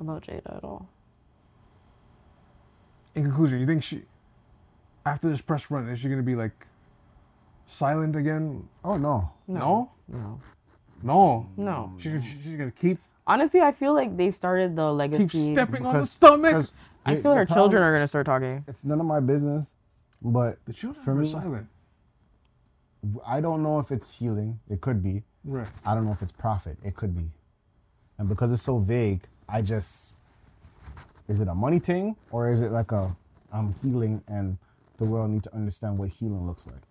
Speaker 2: about Jada at all.
Speaker 3: In conclusion, you think she, after this press run, is she gonna be like, silent again?
Speaker 1: Oh no.
Speaker 3: No.
Speaker 2: No.
Speaker 3: No.
Speaker 2: No.
Speaker 3: She, she, she's gonna keep
Speaker 2: Honestly, I feel like they've started the legacy.
Speaker 3: keep stepping on the
Speaker 1: Because-
Speaker 3: stomach.
Speaker 1: 'cause
Speaker 2: I
Speaker 1: the-
Speaker 2: feel
Speaker 1: the
Speaker 2: our
Speaker 1: problem-
Speaker 2: children are going to start talking.
Speaker 1: It's none of my business, but
Speaker 3: The
Speaker 1: for
Speaker 3: children are
Speaker 1: me,
Speaker 3: silent.
Speaker 1: I don't know if it's healing. It could be.
Speaker 3: Right.
Speaker 1: I don't know if it's profit. It could be. And because it's so vague, I just is it a money thing or is it like a I'm healing and the world need to understand what healing looks like.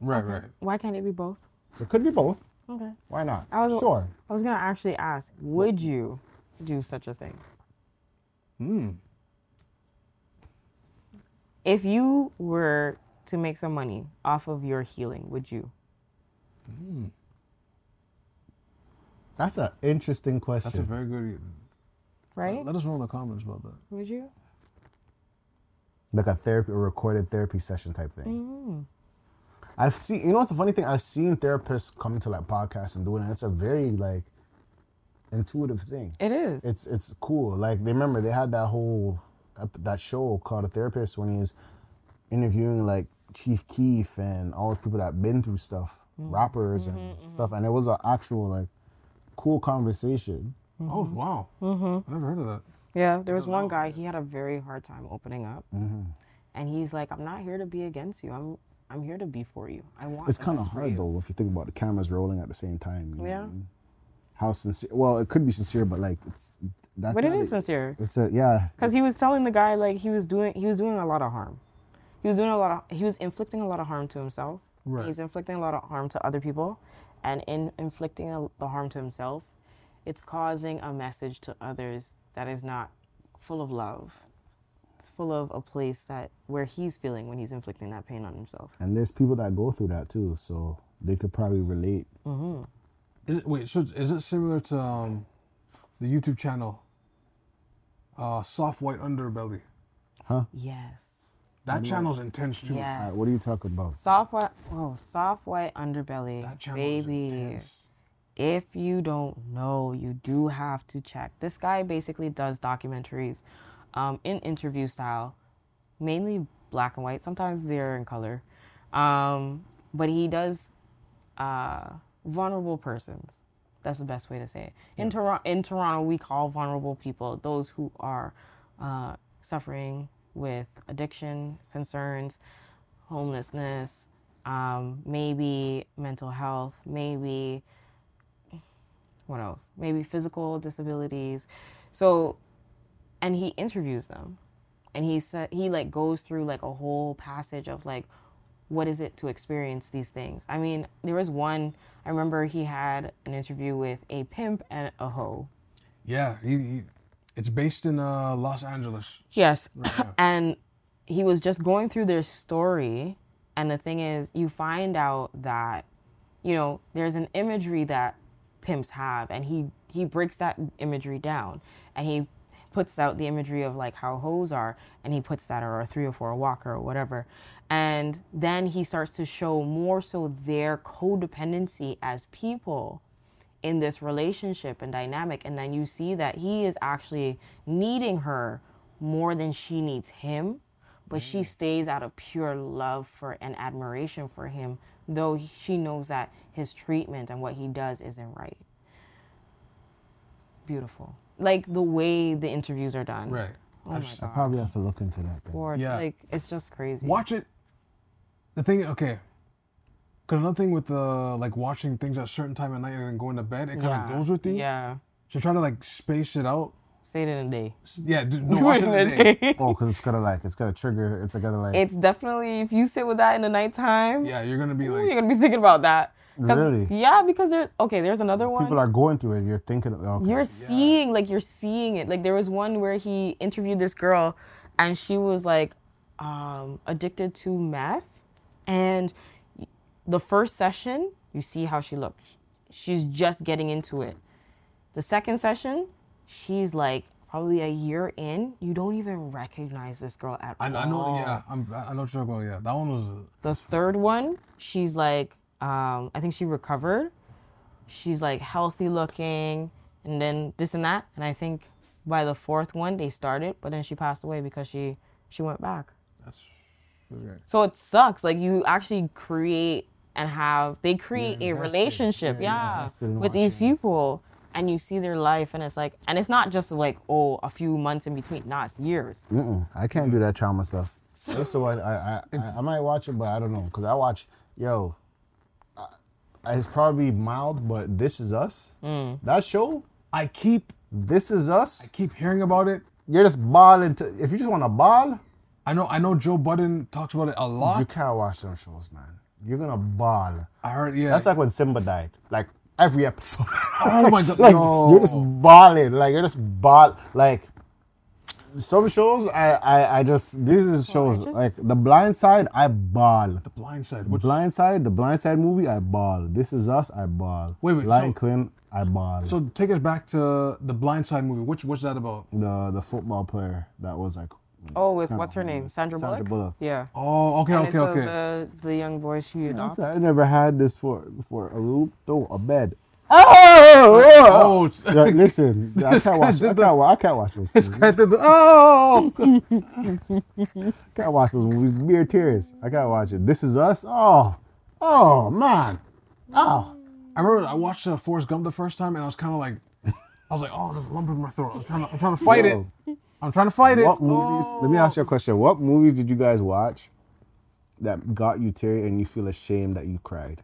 Speaker 3: Right, right.
Speaker 2: Why can't it be both?
Speaker 1: It could be both.
Speaker 2: Okay.
Speaker 1: Why not?
Speaker 2: I was-
Speaker 1: sure.
Speaker 2: I was going to actually ask, would you do such a thing? Hmm. If you were to make some money off of your healing, would you?
Speaker 1: That's an interesting question.
Speaker 3: That's a very good. e,
Speaker 2: Right?
Speaker 3: Let us know in the comments about that.
Speaker 2: Would you?
Speaker 1: like a therapy, a recorded therapy session type thing. I've seen, you know, what's a funny thing? I've seen therapists come to like podcasts and do it, and it's a very like intuitive thing.
Speaker 2: It is.
Speaker 1: It's it's cool. Like they remember they had that whole ep- that show called A Therapist when he was interviewing like Chief Keef and all those people that been through stuff, rappers and stuff, and it was an actual like cool conversation.
Speaker 3: Oh wow! Mm-hmm. I never heard of that.
Speaker 2: Yeah, there was one guy. He had a very hard time opening up, and he's like, "I'm not here to be against you. I'm I'm here to be for you. I want."
Speaker 1: It's
Speaker 2: the
Speaker 1: kind of
Speaker 2: best for
Speaker 1: hard
Speaker 2: you."
Speaker 1: though if you think about the cameras rolling at the same time. you know what I
Speaker 2: Yeah.
Speaker 1: mean? How sincere? Well, it could be sincere, but like it's that's.
Speaker 2: But it
Speaker 1: not
Speaker 2: is sincere
Speaker 1: It's a yeah.
Speaker 2: because he was telling the guy like he was doing he was doing a lot of harm. He was doing a lot of he was inflicting a lot of harm to himself.
Speaker 3: Right.
Speaker 2: He's inflicting a lot of harm to other people, and in inflicting a, the harm to himself, it's causing a message to others that is not full of love. It's full of a place that where he's feeling when he's inflicting that pain on himself.
Speaker 1: And there's people that go through that too, so they could probably relate.
Speaker 2: Mm.
Speaker 3: Is it, wait, so is it similar to um, the YouTube channel, uh, Soft White Underbelly?
Speaker 2: Yes.
Speaker 3: That channel's intense too.
Speaker 1: All
Speaker 2: Yes.
Speaker 1: right, what are you talking about?
Speaker 2: Soft white, oh, soft white underbelly,
Speaker 3: That channel is
Speaker 2: baby.
Speaker 3: intense.
Speaker 2: If you don't know, you do have to check. This guy basically does documentaries, um, in interview style, mainly black and white. Sometimes they're in color, um, but he does uh, vulnerable persons. That's the best way to say it. In, Tor- in Toronto, we call vulnerable people those who are uh, suffering with addiction concerns, homelessness, um, maybe mental health, maybe what else? Maybe physical disabilities. So, and he interviews them and he said he like goes through like a whole passage of like what is it to experience these things. I mean, there was one I remember he had an interview with a pimp and a hoe.
Speaker 3: Yeah, he, he, it's based in uh, Los Angeles.
Speaker 2: Yes. and he was just going through their story. And the thing is, you find out that, you know, there's an imagery that pimps have. And he, he breaks that imagery down. And he puts out the imagery of like how hoes are. And he puts that or a three or four a walker or whatever. And then he starts to show more so their codependency as people in this relationship and dynamic and then you see that he is actually needing her more than she needs him but
Speaker 3: Mm.
Speaker 2: she stays out of pure love for and admiration for him though he- she knows that his treatment and what he does isn't right beautiful like the way the interviews are done
Speaker 3: Right.
Speaker 2: oh my
Speaker 1: I
Speaker 2: god
Speaker 1: probably have to look into that. Then.
Speaker 2: Lord,
Speaker 3: Yeah.
Speaker 2: like it's just crazy
Speaker 3: Watch it. The thing, okay. Because another thing with uh, like watching things at a certain time at night and then going to bed, it kind of
Speaker 2: Yeah.
Speaker 3: goes with you.
Speaker 2: yeah
Speaker 3: So try to like space it out.
Speaker 2: say it in a day
Speaker 3: Yeah, d- no, watch it in the day.
Speaker 1: Oh, because it's gotta like it's gotta trigger. It's gotta like
Speaker 2: it's definitely if you sit with that in the nighttime
Speaker 3: Yeah, you're gonna be
Speaker 2: Ooh,
Speaker 3: like,
Speaker 2: you're gonna be thinking about that. 'Cause-
Speaker 1: Really?
Speaker 2: Yeah, because there's okay. There's another one.
Speaker 1: people are going through it. You're thinking, oh, okay.
Speaker 2: you're seeing like you're seeing it. Like there was one where he interviewed this girl, and she was like um, addicted to meth, and y- the first session you see how she looked. She's just getting into it. The second session, she's like probably a year in. You don't even recognize this girl at
Speaker 3: I,
Speaker 2: all.
Speaker 3: I know,
Speaker 2: Oh.
Speaker 3: yeah, I'm, I know what you're talking about. Yeah, that one was.
Speaker 2: The third one, she's like, um, I think she recovered. She's like healthy looking, and then this and that. And I think by the fourth one, they started, but then she passed away because she she went back.
Speaker 3: That's, that's right.
Speaker 2: So it sucks. Like you actually create and have they create a relationship, yeah,
Speaker 1: invested in
Speaker 2: with these people, and you see their life, and it's like, and it's not just like oh a few months in between, nah, it's years.
Speaker 1: Mm-mm, I can't do that trauma stuff. That's the one I, I, I, I might watch it, but I don't know because I watch yo. I, it's probably mild, but this is us.
Speaker 2: Mm.
Speaker 1: That show,
Speaker 3: I keep,
Speaker 1: this is us.
Speaker 3: keep hearing about it.
Speaker 1: You're just balling. To, if you just want to ball,
Speaker 3: I know, I know. Joe Budden talks about it a
Speaker 1: you
Speaker 3: lot.
Speaker 1: can't watch them shows, man. You're gonna ball.
Speaker 3: I heard, yeah.
Speaker 1: That's like when Simba died. Like every episode.
Speaker 3: oh my god,
Speaker 1: like
Speaker 3: no.
Speaker 1: you're just balling. Like you're just ball. Like some shows, I, I, I just these is shows like The Blind Side. I ball.
Speaker 3: the blind side. Which,
Speaker 1: Blind Side, the Blind Side movie, I ball. This is us, I ball.
Speaker 3: Wait, wait,
Speaker 1: Lion
Speaker 3: so-
Speaker 1: Clint, I ball.
Speaker 3: so take us back to the blind side movie. Which, what's that about?
Speaker 1: the the football player that was like
Speaker 2: Oh, with what's her name, Sandra Bullock.
Speaker 1: Sandra Bullock.
Speaker 2: Yeah.
Speaker 3: Oh, okay,
Speaker 2: And
Speaker 3: okay,
Speaker 2: so
Speaker 3: okay.
Speaker 2: The, the young boy she
Speaker 1: I
Speaker 2: adopts.
Speaker 1: said, I never had this for for a loop though a bed. Oh,
Speaker 3: oh,
Speaker 1: Yeah, listen, I can't watch. I can't, wa- I can't watch those. Things.
Speaker 3: I did the- oh,
Speaker 1: I can't watch those movies. Mere tears. I can't watch it. This is us. Oh, oh man. Oh,
Speaker 3: I remember I watched uh, Forrest Gump the first time, and I was kind of like, I was like, oh, there's a lump in my throat. I'm trying to, I'm trying to fight
Speaker 1: Whoa.
Speaker 3: it. I'm trying to fight it.
Speaker 1: what movies? Let me ask you a question. What movies did you guys watch that got you teary and you feel ashamed that you cried?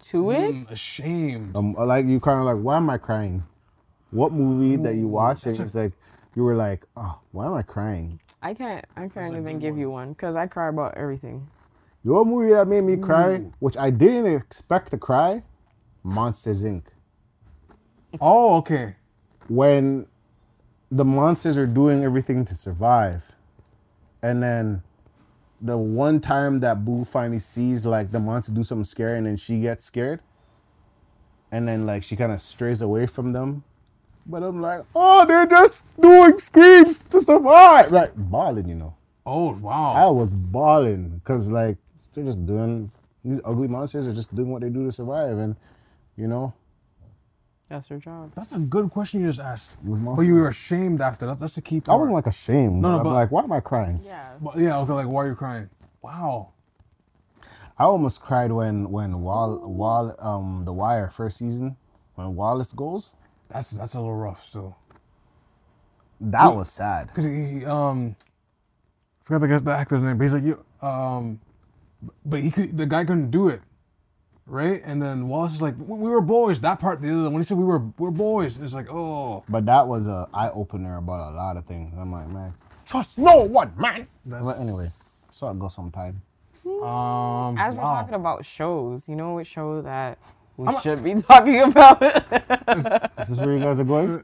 Speaker 2: to it.
Speaker 3: I'm Mm, ashamed.
Speaker 1: Um, like you kind of like, why am I crying? What movie that you watched and it's like you were like, oh, why am I crying?
Speaker 2: I can't. I can't even give you one because I cry about everything.
Speaker 1: Your movie that made me cry, which I didn't expect to cry, Monsters Inc.
Speaker 3: Oh, okay.
Speaker 1: When the monsters are doing everything to survive, and then the one time that Boo finally sees like the monster do something scary, and then she gets scared, and then like she kind of strays away from them. But I'm like, oh, they're just doing screams to survive, like balling, you know.
Speaker 3: Oh, wow.
Speaker 1: I was balling because like they're just doing these ugly monsters are just doing what they do to survive, and you know,
Speaker 2: That's her job.
Speaker 3: That's a good question you just asked.
Speaker 1: was my
Speaker 3: But you were ashamed after that. That's the key
Speaker 1: I
Speaker 3: part.
Speaker 1: wasn't like ashamed.
Speaker 3: No, no,
Speaker 1: I'm
Speaker 3: but-
Speaker 1: like, why am I crying?
Speaker 2: Yeah.
Speaker 3: But yeah, okay, like, why are you crying? Wow.
Speaker 1: I almost cried when when Wall Wall um the Wire first season when Wallace goes.
Speaker 3: That's that's a little rough still.
Speaker 1: That was sad.
Speaker 3: Because he, he, um, I forgot the, guy- the actor's name, but he's like, you, um, but he could, the guy couldn't do it. Right? And then Wallace is like, we, we were boys. That part, the other, when he said we were, we're boys, it's like, oh.
Speaker 1: But that was a eye opener about a lot of things. I'm like, man, trust no one, man. But anyway, so I got some time.
Speaker 3: Um,
Speaker 2: As we're talking about shows, you know what show that we should be talking about?
Speaker 1: Is this where you guys are going?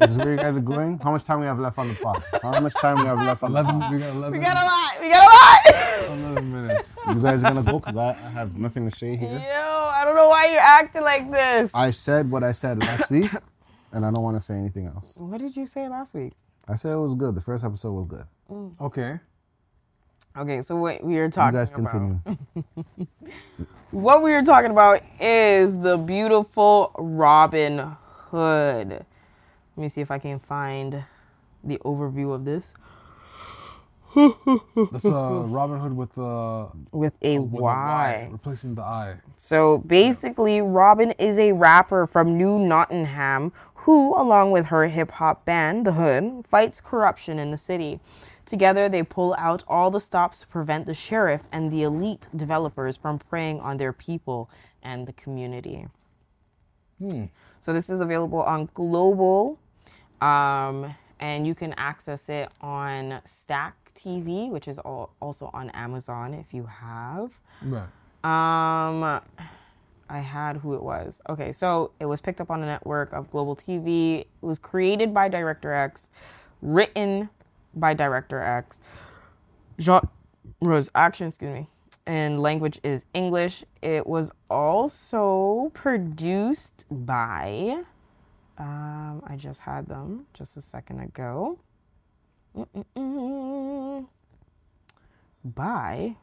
Speaker 1: Is this where you guys are going? How much time we have left on the pod? How much time we have left on the
Speaker 3: eleven.
Speaker 1: pod?
Speaker 3: We got eleven.
Speaker 4: We got a lot. We got a lot.
Speaker 3: 11 minutes.
Speaker 1: You guys are gonna go because I, I have nothing to say here.
Speaker 4: Yo, I don't know why you're acting like this.
Speaker 1: I said what I said last week, and I don't want to say anything else.
Speaker 2: what did you say last week?
Speaker 1: I said it was good. The first episode was good.
Speaker 3: Okay.
Speaker 2: Okay, so what we were talking
Speaker 1: you guys
Speaker 2: about.
Speaker 1: continue.
Speaker 2: What we were talking about is the beautiful Robin Hood. Let me see if I can find the overview of this
Speaker 3: That's uh, Robin Hood with the
Speaker 2: Oh, with a
Speaker 3: with the
Speaker 2: Y.
Speaker 3: replacing the I.
Speaker 2: So basically, Robin is a rapper from New Nottingham who, along with her hip hop band, The Hood, fights corruption in the city. Together, they pull out all the stops to prevent the sheriff and the elite developers from preying on their people and the community. So this is available on Global, um, and you can access it on Stack TV, which is al- also on Amazon if you have.
Speaker 3: Right.
Speaker 2: Um, I had who it was. Okay, so it was picked up on a network of Global TV. It was created by Director X, written by Director X. Genres, action, excuse me, and language is English. It was also produced by. Um, I just had them just a second ago. Mm-mm-mm by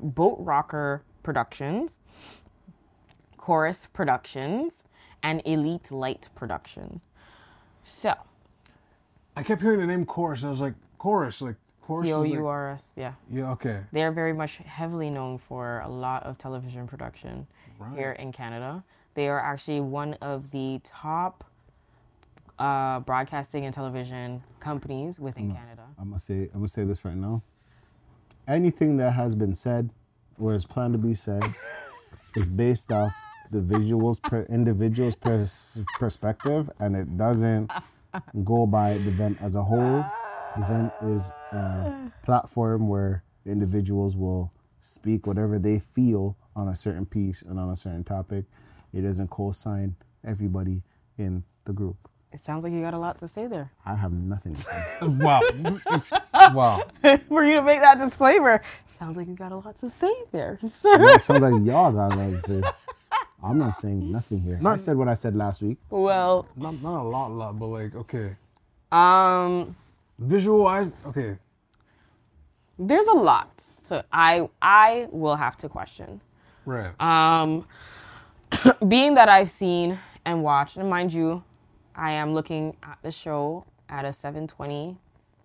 Speaker 2: Boat Rocker Productions, Chorus Productions, and Elite Light Production. So,
Speaker 3: I kept hearing the name Chorus. I was like, Chorus, like Chorus.
Speaker 2: C
Speaker 3: is
Speaker 2: O
Speaker 3: like-
Speaker 2: U R S, yeah.
Speaker 3: Yeah. Okay.
Speaker 2: They are very much heavily known for a lot of television production here in Canada. They are actually one of the top uh, broadcasting and television companies within Canada.
Speaker 1: I'm gonna say I'm gonna say this right now. Anything that has been said or is planned to be said is based off the visuals per individual's pers- perspective, and it doesn't go by the event as a whole. The event is a platform where individuals will speak whatever they feel on a certain piece and on a certain topic. It doesn't co-sign everybody in the group.
Speaker 2: It sounds like you got a lot to say there.
Speaker 1: I have nothing. To say.
Speaker 3: Wow. wow.
Speaker 2: for you to make that disclaimer. Sounds like you got a lot to say there, sir.
Speaker 1: Well, it sounds like y'all got love to. I'm not saying nothing here. I said what I said last week.
Speaker 2: Well,
Speaker 3: Not, not a lot, lot, but like, okay.
Speaker 2: um,
Speaker 3: Visualize. Okay.
Speaker 2: there's a lot. So I I will have to question.
Speaker 3: Right.
Speaker 2: Um, being that I've seen and watched, and mind you, I am looking at the show at a 720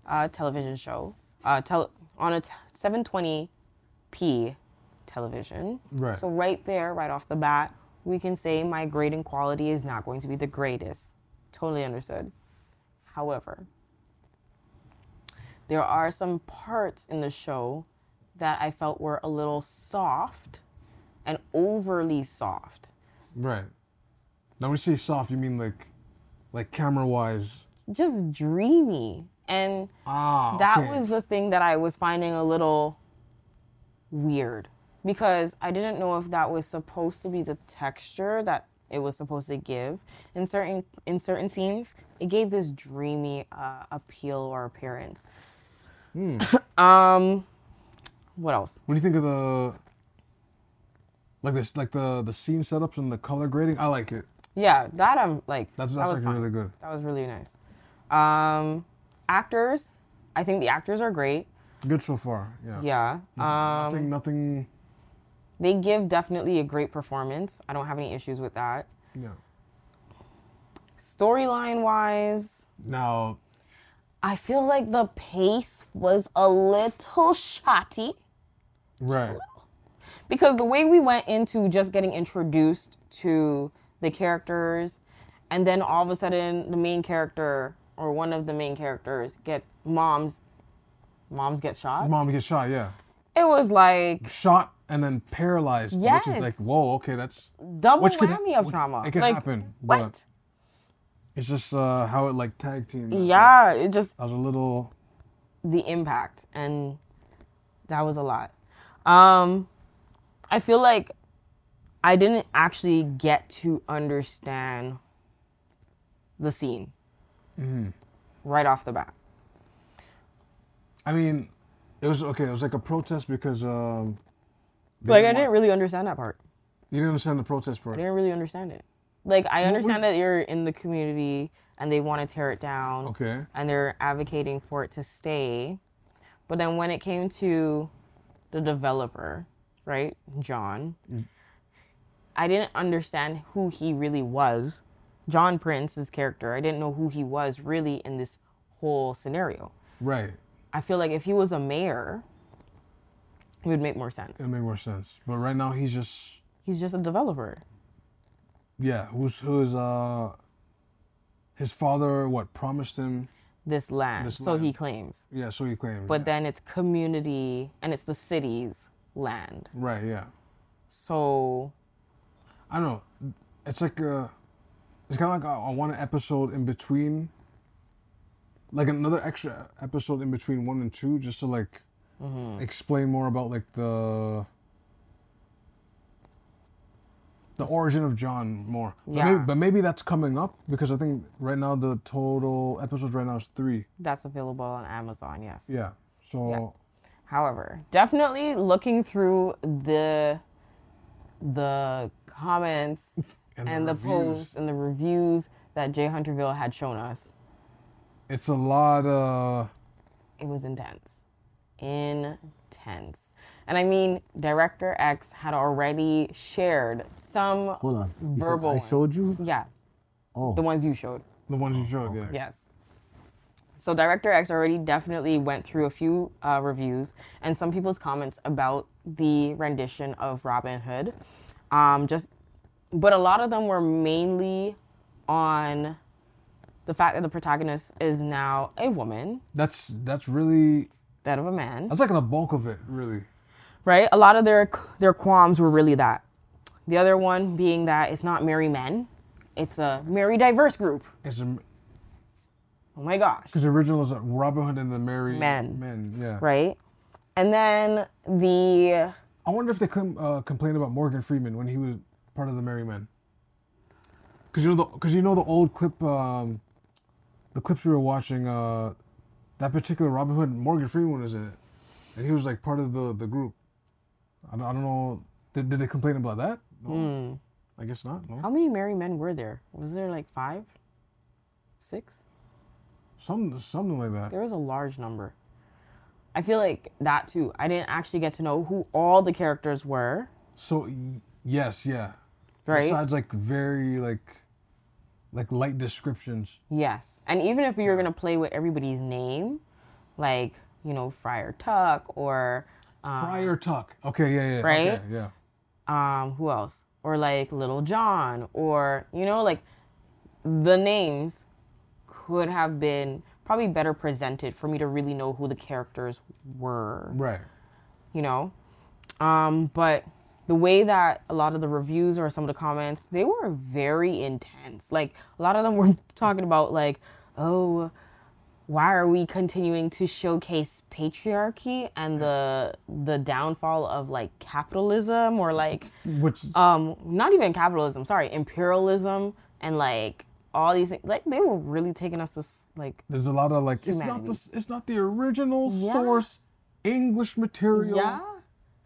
Speaker 2: uh, television show, uh, tel- on a t- 720p television.
Speaker 3: Right.
Speaker 2: So right there, right off the bat, we can say my grade and quality is not going to be the greatest. Totally understood. However, there are some parts in the show that I felt were a little soft and overly soft.
Speaker 3: right. Now, when you say soft, you mean like, like camera wise.
Speaker 2: Just dreamy. And
Speaker 3: Ah.
Speaker 2: that
Speaker 3: okay.
Speaker 2: was the thing that I was finding a little weird because I didn't know if that was supposed to be the texture that it was supposed to give. In certain in certain scenes, it gave this dreamy uh, appeal or appearance.
Speaker 3: Hmm.
Speaker 2: um, what else?
Speaker 3: What do you think of the? Like this, like the the scene setups and the color grading. I like it.
Speaker 2: Yeah, that I'm like
Speaker 3: That's, that's
Speaker 2: that was
Speaker 3: actually
Speaker 2: fine.
Speaker 3: really good.
Speaker 2: That was really nice. Um, actors, I think the actors are great.
Speaker 3: Good so far. Yeah.
Speaker 2: Yeah.
Speaker 3: Mm-hmm.
Speaker 2: Um,
Speaker 3: Nothing. Nothing.
Speaker 2: they give definitely a great performance. I don't have any issues with that.
Speaker 3: Yeah.
Speaker 2: Storyline wise,
Speaker 3: Now,
Speaker 2: I feel like the pace was a little shoddy
Speaker 3: right.
Speaker 2: because the way we went into just getting introduced to the characters and then all of a sudden the main character or one of the main characters get moms moms get shot.
Speaker 3: Mom gets shot. Yeah.
Speaker 2: It was like
Speaker 3: shot and then paralyzed, which
Speaker 2: Yes.
Speaker 3: is like, whoa, okay, that's
Speaker 2: double
Speaker 3: Which could ha-
Speaker 2: whammy of
Speaker 3: which-
Speaker 2: trauma.
Speaker 3: it could
Speaker 2: like,
Speaker 3: happen,
Speaker 2: What?
Speaker 3: but- It's just uh, how it like tag team.
Speaker 4: Yeah, it just
Speaker 3: I was a little.
Speaker 2: the impact and that was a lot um i feel like i didn't actually get to understand the scene
Speaker 3: Mm-hmm.
Speaker 2: right off the bat
Speaker 3: I mean, it was okay. It was like a protest because um, they
Speaker 2: like i
Speaker 3: want-
Speaker 2: didn't really understand that part
Speaker 3: You didn't understand the protest part.
Speaker 2: i didn't really understand it like i understand that you're in the community and they want to tear it down
Speaker 3: Okay.
Speaker 2: and they're advocating for it to stay. But then when it came to the developer, right, John,
Speaker 3: Mm.
Speaker 2: I didn't understand who he really was. John Prince's character, I didn't know who he was really in this whole scenario.
Speaker 3: Right.
Speaker 2: I feel like if he was a mayor, it would make more sense.
Speaker 3: It made more sense. But right now he's just
Speaker 2: He's just a developer.
Speaker 3: yeah. Who's who's uh. His father what promised him?
Speaker 2: This land,
Speaker 3: This
Speaker 2: so he
Speaker 3: land.
Speaker 2: claims.
Speaker 3: Yeah. So he claimed.
Speaker 2: But
Speaker 3: yeah.
Speaker 2: then it's community and it's the city's land.
Speaker 3: Right. Yeah.
Speaker 2: So
Speaker 3: I don't know. It's like uh It's kind of like I, I want an episode in between. Like another extra episode in between one and two, just to like explain more about like the the origin of John more. But, maybe,
Speaker 2: Yeah.
Speaker 3: but maybe that's coming up because I think right now the total episodes right now is three.
Speaker 2: That's available on Amazon, yes.
Speaker 3: Yeah. So
Speaker 2: However, definitely looking through the the comments
Speaker 3: And
Speaker 2: and,
Speaker 3: the
Speaker 2: the,
Speaker 3: reviews.
Speaker 2: posts and the reviews that Jay Hunterville had shown us,
Speaker 3: it's a lot uh, of
Speaker 2: it was intense. Intense. And I mean, Director X had already shared some
Speaker 1: Hold on. You said
Speaker 2: verbal
Speaker 1: I
Speaker 2: ones.
Speaker 1: showed you?
Speaker 2: Yeah.
Speaker 1: Oh.
Speaker 2: The ones you showed.
Speaker 3: the ones you showed. Yeah.
Speaker 2: Yes. So Director X already definitely went through a few uh, reviews and some people's comments about the rendition of Robin Hood. Um, just, but a lot of them were mainly on the fact that the protagonist is now a woman,
Speaker 3: That's that's really
Speaker 2: that of a man,
Speaker 3: that's like the bulk of it really.
Speaker 2: right? A lot of their their qualms were really that. The other one being that it's not marry men, it's a marry diverse group.
Speaker 3: It's a
Speaker 2: Oh my gosh.
Speaker 3: Because the original is like Robin Hood and the Merry
Speaker 2: Men.
Speaker 3: Men, yeah.
Speaker 2: right? And then the
Speaker 3: I wonder if they com- uh, complained about Morgan Freeman when he was part of the Merry Men. Because you know the because you know the old clip, um, the clips we were watching. Uh, that particular Robin Hood, Morgan Freeman was in it, and he was like part of the the group. I don't, I don't know. Did, did they complain about that? No. I guess not. No.
Speaker 2: Hmm. how many merry men were there? Was there like five, six?
Speaker 3: Some something like that.
Speaker 2: There was a large number. I feel like that too. I didn't actually get to know who all the characters were.
Speaker 3: So y- yes, yeah.
Speaker 2: Right.
Speaker 3: Besides like very like, like light descriptions.
Speaker 2: Yes, and even if we were gonna play with everybody's name, like you know Friar Tuck or uh,
Speaker 3: Friar Tuck. Okay, yeah, yeah.
Speaker 2: Ah. Right?
Speaker 3: Okay, yeah.
Speaker 2: um who else or like little john or you know like the names could have been probably better presented for me to really know who the characters were
Speaker 3: Right.
Speaker 2: you know um but the way that a lot of the reviews or some of the comments they were very intense like a lot of them were talking about like oh why are we continuing to showcase patriarchy and the the downfall of like capitalism or like
Speaker 3: Which
Speaker 2: um not even capitalism sorry imperialism and like all these things like they were really taking us to s- like
Speaker 3: there's a lot of like
Speaker 2: humanity.
Speaker 3: it's not the it's not the original
Speaker 2: Yeah.
Speaker 3: source English material.
Speaker 2: yeah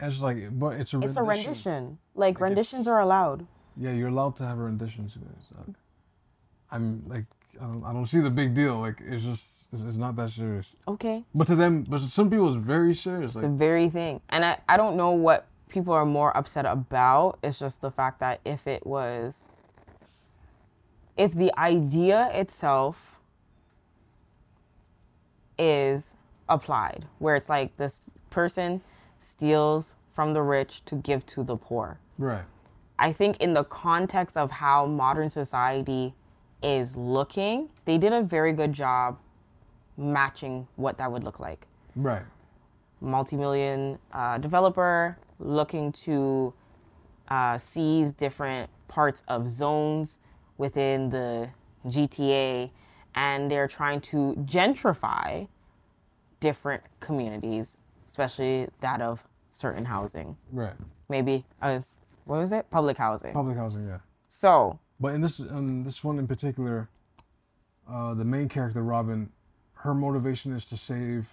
Speaker 3: It's like but it's a
Speaker 2: it's a
Speaker 3: rendition.
Speaker 2: rendition like renditions are allowed
Speaker 3: Yeah, you're allowed to have renditions. So I'm like I don't I don't see the big deal. Like it's just it's, it's not that serious.
Speaker 2: okay
Speaker 3: But to them but to some people it's very serious. Like
Speaker 2: the very thing. And I, I don't know what people are more upset about. It's just the fact that if it was, if the idea itself is applied, where it's like this person steals from the rich to give to the poor.
Speaker 3: right.
Speaker 2: I think in the context of how modern society is looking, they did a very good job matching what that would look like
Speaker 3: Right.
Speaker 2: multi-million uh, developer looking to uh, seize different parts of zones within the GTA, and they're trying to gentrify different communities, especially that of certain housing.
Speaker 3: Right.
Speaker 2: Maybe as what is it? Public housing.
Speaker 3: Public housing, yeah.
Speaker 2: So
Speaker 3: But in this um, this one in particular, uh, the main character Robin, her motivation is to save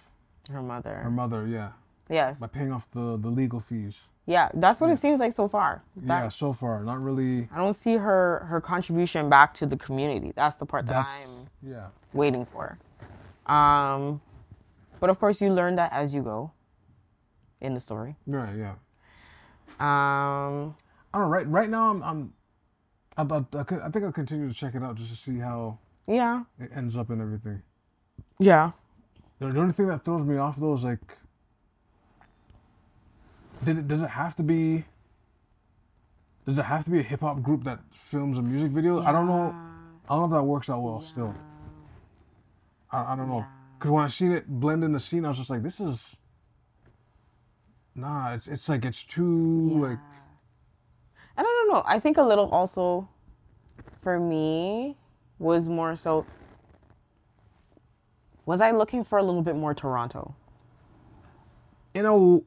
Speaker 2: her mother.
Speaker 3: her mother, yeah,
Speaker 2: yes.
Speaker 3: by paying off the the legal fees.
Speaker 2: yeah, that's what it seems like so far. That-
Speaker 3: yeah, so far, not really.
Speaker 2: I don't see her her contribution back to the community. That's the part that
Speaker 3: That's
Speaker 2: I'm
Speaker 3: yeah,
Speaker 2: waiting for. Um, but of course, you learn that as you go in the story.
Speaker 3: right, yeah.
Speaker 2: Um,
Speaker 3: I don't know, right right now I'm I'm I, I, I could- I think I'll continue to check it out just to see how
Speaker 2: yeah,
Speaker 3: it ends up and everything.
Speaker 2: yeah.
Speaker 3: The, the only thing that throws me off though is like, did it, does it have to be? Does it have to be a hip hop group that films a music video? I don't know. I don't know if that works out well. Still, I, I don't know. Cause when I seen it blend in the scene, I was just like, this is. Nah, it's it's like it's too like
Speaker 2: And I don't know. I think a little also for me was more so. Was I looking for a little bit more Toronto?
Speaker 3: you know,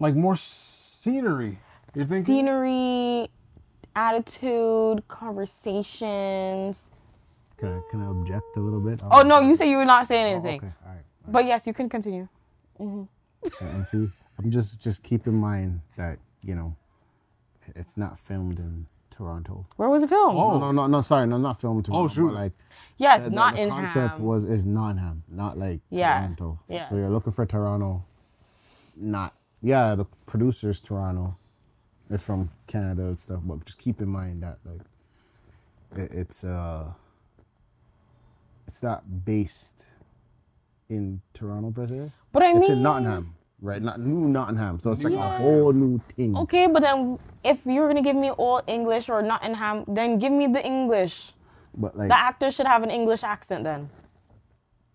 Speaker 3: like more scenery. You think?
Speaker 2: Scenery, attitude, conversations.
Speaker 1: Can I, can I object a little bit?
Speaker 2: Oh no, you say you were not saying anything.
Speaker 1: Oh, Okay, all right.
Speaker 2: But yes, you can continue.
Speaker 1: Uh, and see, I'm just just keep in mind that you know, it- it's not filmed in Toronto.
Speaker 2: Where was the film?
Speaker 1: Oh no no no! Sorry, no, not filmed in Toronto. but
Speaker 3: shoot.
Speaker 1: Like
Speaker 2: yes,
Speaker 1: the,
Speaker 2: not
Speaker 1: the
Speaker 2: in
Speaker 1: concept
Speaker 2: Ham.
Speaker 1: was is non-ham, not like
Speaker 2: Yeah.
Speaker 1: Toronto.
Speaker 2: Yeah.
Speaker 1: So you're looking for Toronto, not yeah. The producer's Toronto. It's from Canada and stuff, but just keep in mind that like it, it's uh it's not based in Toronto per se.
Speaker 2: But I
Speaker 1: it's
Speaker 2: mean-
Speaker 1: in Nottingham, right? Not new Nottingham, so it's like a whole new thing.
Speaker 2: Okay, but then if you're gonna give me all English or Nottingham, then give me the English.
Speaker 1: But like
Speaker 2: The actor should have an English accent then.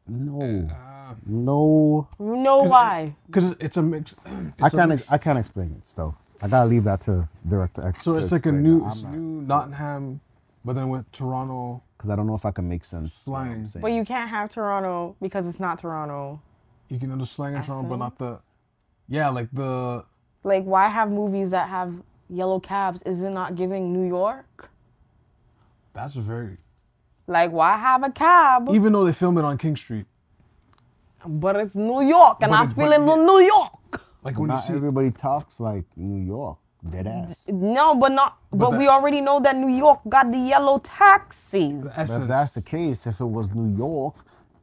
Speaker 1: no, no.
Speaker 2: You know why.
Speaker 3: Because it's a mix.
Speaker 1: I
Speaker 3: it's a
Speaker 1: can't
Speaker 3: mix.
Speaker 1: ex- I can't explain it though. I gotta leave that to director. X
Speaker 3: So
Speaker 1: to
Speaker 3: it's like a
Speaker 1: explain
Speaker 3: new,
Speaker 1: that.
Speaker 3: it's
Speaker 1: I'm not-
Speaker 3: new Nottingham, but then with Toronto.
Speaker 1: because I don't know if I can make sense. you know what I'm
Speaker 3: Slang.
Speaker 1: saying?
Speaker 2: But you can't have Toronto because it's not Toronto.
Speaker 3: You can under slang in Toronto, but
Speaker 2: Accent?
Speaker 3: not the. Yeah, like the.
Speaker 2: Like why have movies that have yellow cabs? Is it not giving New York?
Speaker 3: That's very.
Speaker 2: Like why have a cab?
Speaker 3: Even though they film it on King Street,
Speaker 2: But it's New York and
Speaker 3: But
Speaker 2: I'm
Speaker 3: it- but
Speaker 2: feeling
Speaker 3: it-
Speaker 2: New York.
Speaker 3: like when
Speaker 1: not
Speaker 3: you see,
Speaker 1: everybody talks like New York, dead ass.
Speaker 2: No, but not but,
Speaker 3: that-
Speaker 2: we already know that New York got the yellow taxis.
Speaker 3: the
Speaker 1: But if
Speaker 3: essence.
Speaker 1: that's the case, if it was New York,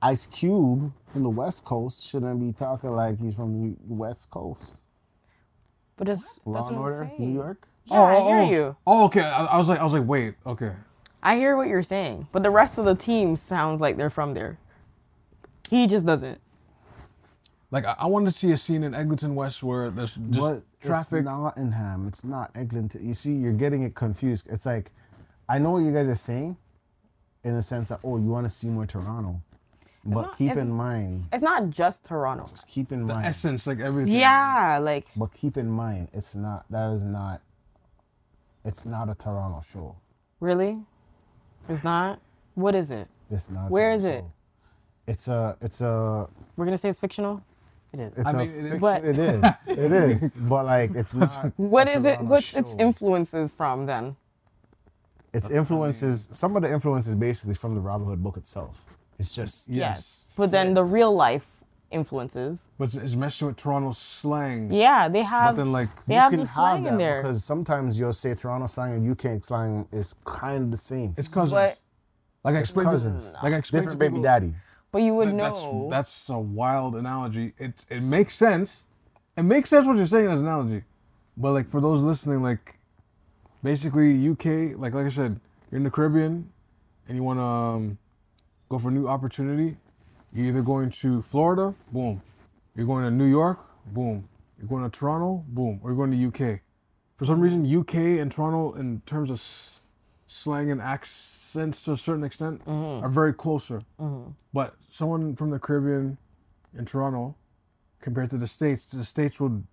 Speaker 1: Ice Cube from the West Coast shouldn't be talking like he's from the West Coast.
Speaker 2: But that's,
Speaker 1: Law
Speaker 2: that's
Speaker 1: and
Speaker 2: what I'm
Speaker 1: Order,
Speaker 2: saying.
Speaker 1: New York.
Speaker 2: Yeah, I hear
Speaker 3: oh,
Speaker 2: you.
Speaker 3: Oh, okay. I, I was like, I was like, wait, okay.
Speaker 2: I hear what you're saying, but the rest of the team sounds like they're from there. He just doesn't.
Speaker 3: Like I, I wanted to see a scene in Eglinton West where there's just
Speaker 1: But
Speaker 3: traffic.
Speaker 1: it's Nottingham. It's not Eglinton. You see, you're getting it confused. It's like, I know what you guys are saying, in the sense that oh, you want to see more Toronto, but
Speaker 2: not-
Speaker 1: keep
Speaker 2: it's-
Speaker 1: in mind,
Speaker 2: It's not just Toronto.
Speaker 1: just keep in
Speaker 3: the
Speaker 1: mind,
Speaker 3: essence, like everything.
Speaker 2: Yeah, like
Speaker 1: But keep in mind, it's not. That is not. It's not a Toronto show.
Speaker 2: really, it's not. What is it?
Speaker 1: It's not. a
Speaker 2: Where is
Speaker 1: Toronto
Speaker 2: it?
Speaker 1: show. It's a. It's a.
Speaker 2: We're gonna say it's fictional. It is.
Speaker 1: It's
Speaker 3: I
Speaker 1: a
Speaker 3: mean, it is-
Speaker 1: fiction-
Speaker 2: But-
Speaker 1: it is. It is. But like, it's not.
Speaker 2: What
Speaker 1: a
Speaker 2: is it?
Speaker 1: Toronto
Speaker 2: What's its
Speaker 1: show.
Speaker 2: influences from then?
Speaker 1: It's influences. Some of the influence is basically from the Robin Hood book itself. It's just.
Speaker 3: Yes.
Speaker 2: But then the real life influences.
Speaker 3: But it's messing with Toronto slang.
Speaker 2: Yeah, they have.
Speaker 3: Nothing like-
Speaker 2: they
Speaker 3: You
Speaker 2: have
Speaker 1: You
Speaker 2: the
Speaker 1: can
Speaker 2: slang
Speaker 1: have
Speaker 2: in
Speaker 1: that
Speaker 2: there.
Speaker 1: because sometimes you'll say Toronto slang and UK slang is kind of the same.
Speaker 3: It's cousins.
Speaker 2: But-
Speaker 3: like I explained,
Speaker 1: Cousins.
Speaker 3: like I explained to
Speaker 1: Different baby
Speaker 3: people-
Speaker 1: daddy.
Speaker 2: but you would
Speaker 3: Th-
Speaker 2: know.
Speaker 3: That's that's a wild analogy. It it makes sense. It makes sense what you're saying as an analogy, but like for those listening, like basically UK, like like I said, you're in the Caribbean, and you want to um, go for a new opportunity. You're either going to Florida, boom. You're going to New York, boom. You're going to Toronto, boom. Or you're going to UK. For some reason, UK and Toronto, in terms of s- slang and accents to a certain extent,
Speaker 2: Mm-hmm.
Speaker 3: are very closer. But someone from the Caribbean in Toronto, compared to the states, the states would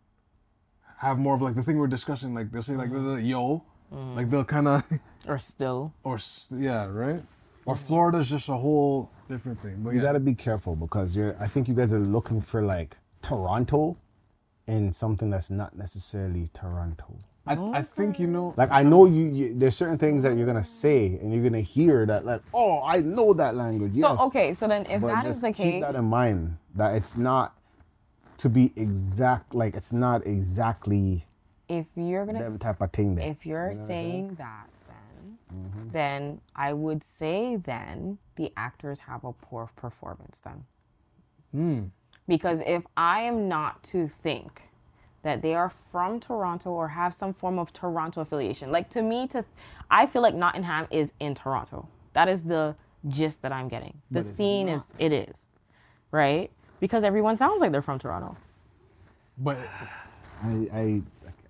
Speaker 3: have more of like the thing we're discussing. Like they'll say like yo, like they'll kind of
Speaker 2: or still.
Speaker 3: or s- yeah, right? Or Florida's just a whole different thing. But
Speaker 1: You
Speaker 3: yeah.
Speaker 1: gotta be careful because you're. I think you guys are looking for like Toronto, in something that's not necessarily Toronto.
Speaker 3: I, I think you know.
Speaker 1: Like I know you, you. There's certain things that you're gonna say and you're gonna hear that like, oh, I know that language. Yes.
Speaker 2: So okay, so then if
Speaker 1: But
Speaker 2: that
Speaker 1: just
Speaker 2: is the
Speaker 1: keep
Speaker 2: case,
Speaker 1: that in mind that it's not to be exact. Like it's not exactly
Speaker 2: if you're gonna
Speaker 1: that type of thing. There.
Speaker 2: if you're saying that then
Speaker 1: Mm-hmm.
Speaker 2: then i would say then the actors have a poor performance then
Speaker 1: Hmm.
Speaker 2: because if i am not to think that they are from toronto or have some form of toronto affiliation like to me to i feel like nottingham is in toronto that is the gist that i'm getting the scene is it is right because everyone sounds like they're from toronto
Speaker 3: But
Speaker 1: I, I,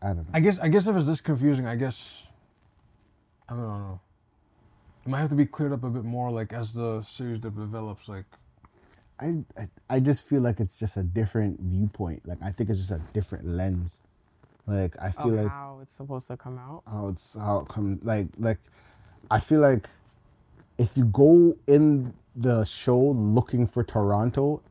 Speaker 1: I don't know.
Speaker 3: I guess I guess if it's this confusing, I guess I don't know. It might have to be cleared up a bit more, like as the series de- develops. Like
Speaker 1: I, I I just feel like it's just a different viewpoint. Like I think it's just a different lens. Like I feel
Speaker 2: of
Speaker 1: like
Speaker 2: how Oh, it's supposed to come out
Speaker 1: how it's how it come like like I feel like if you go in the show looking for Toronto,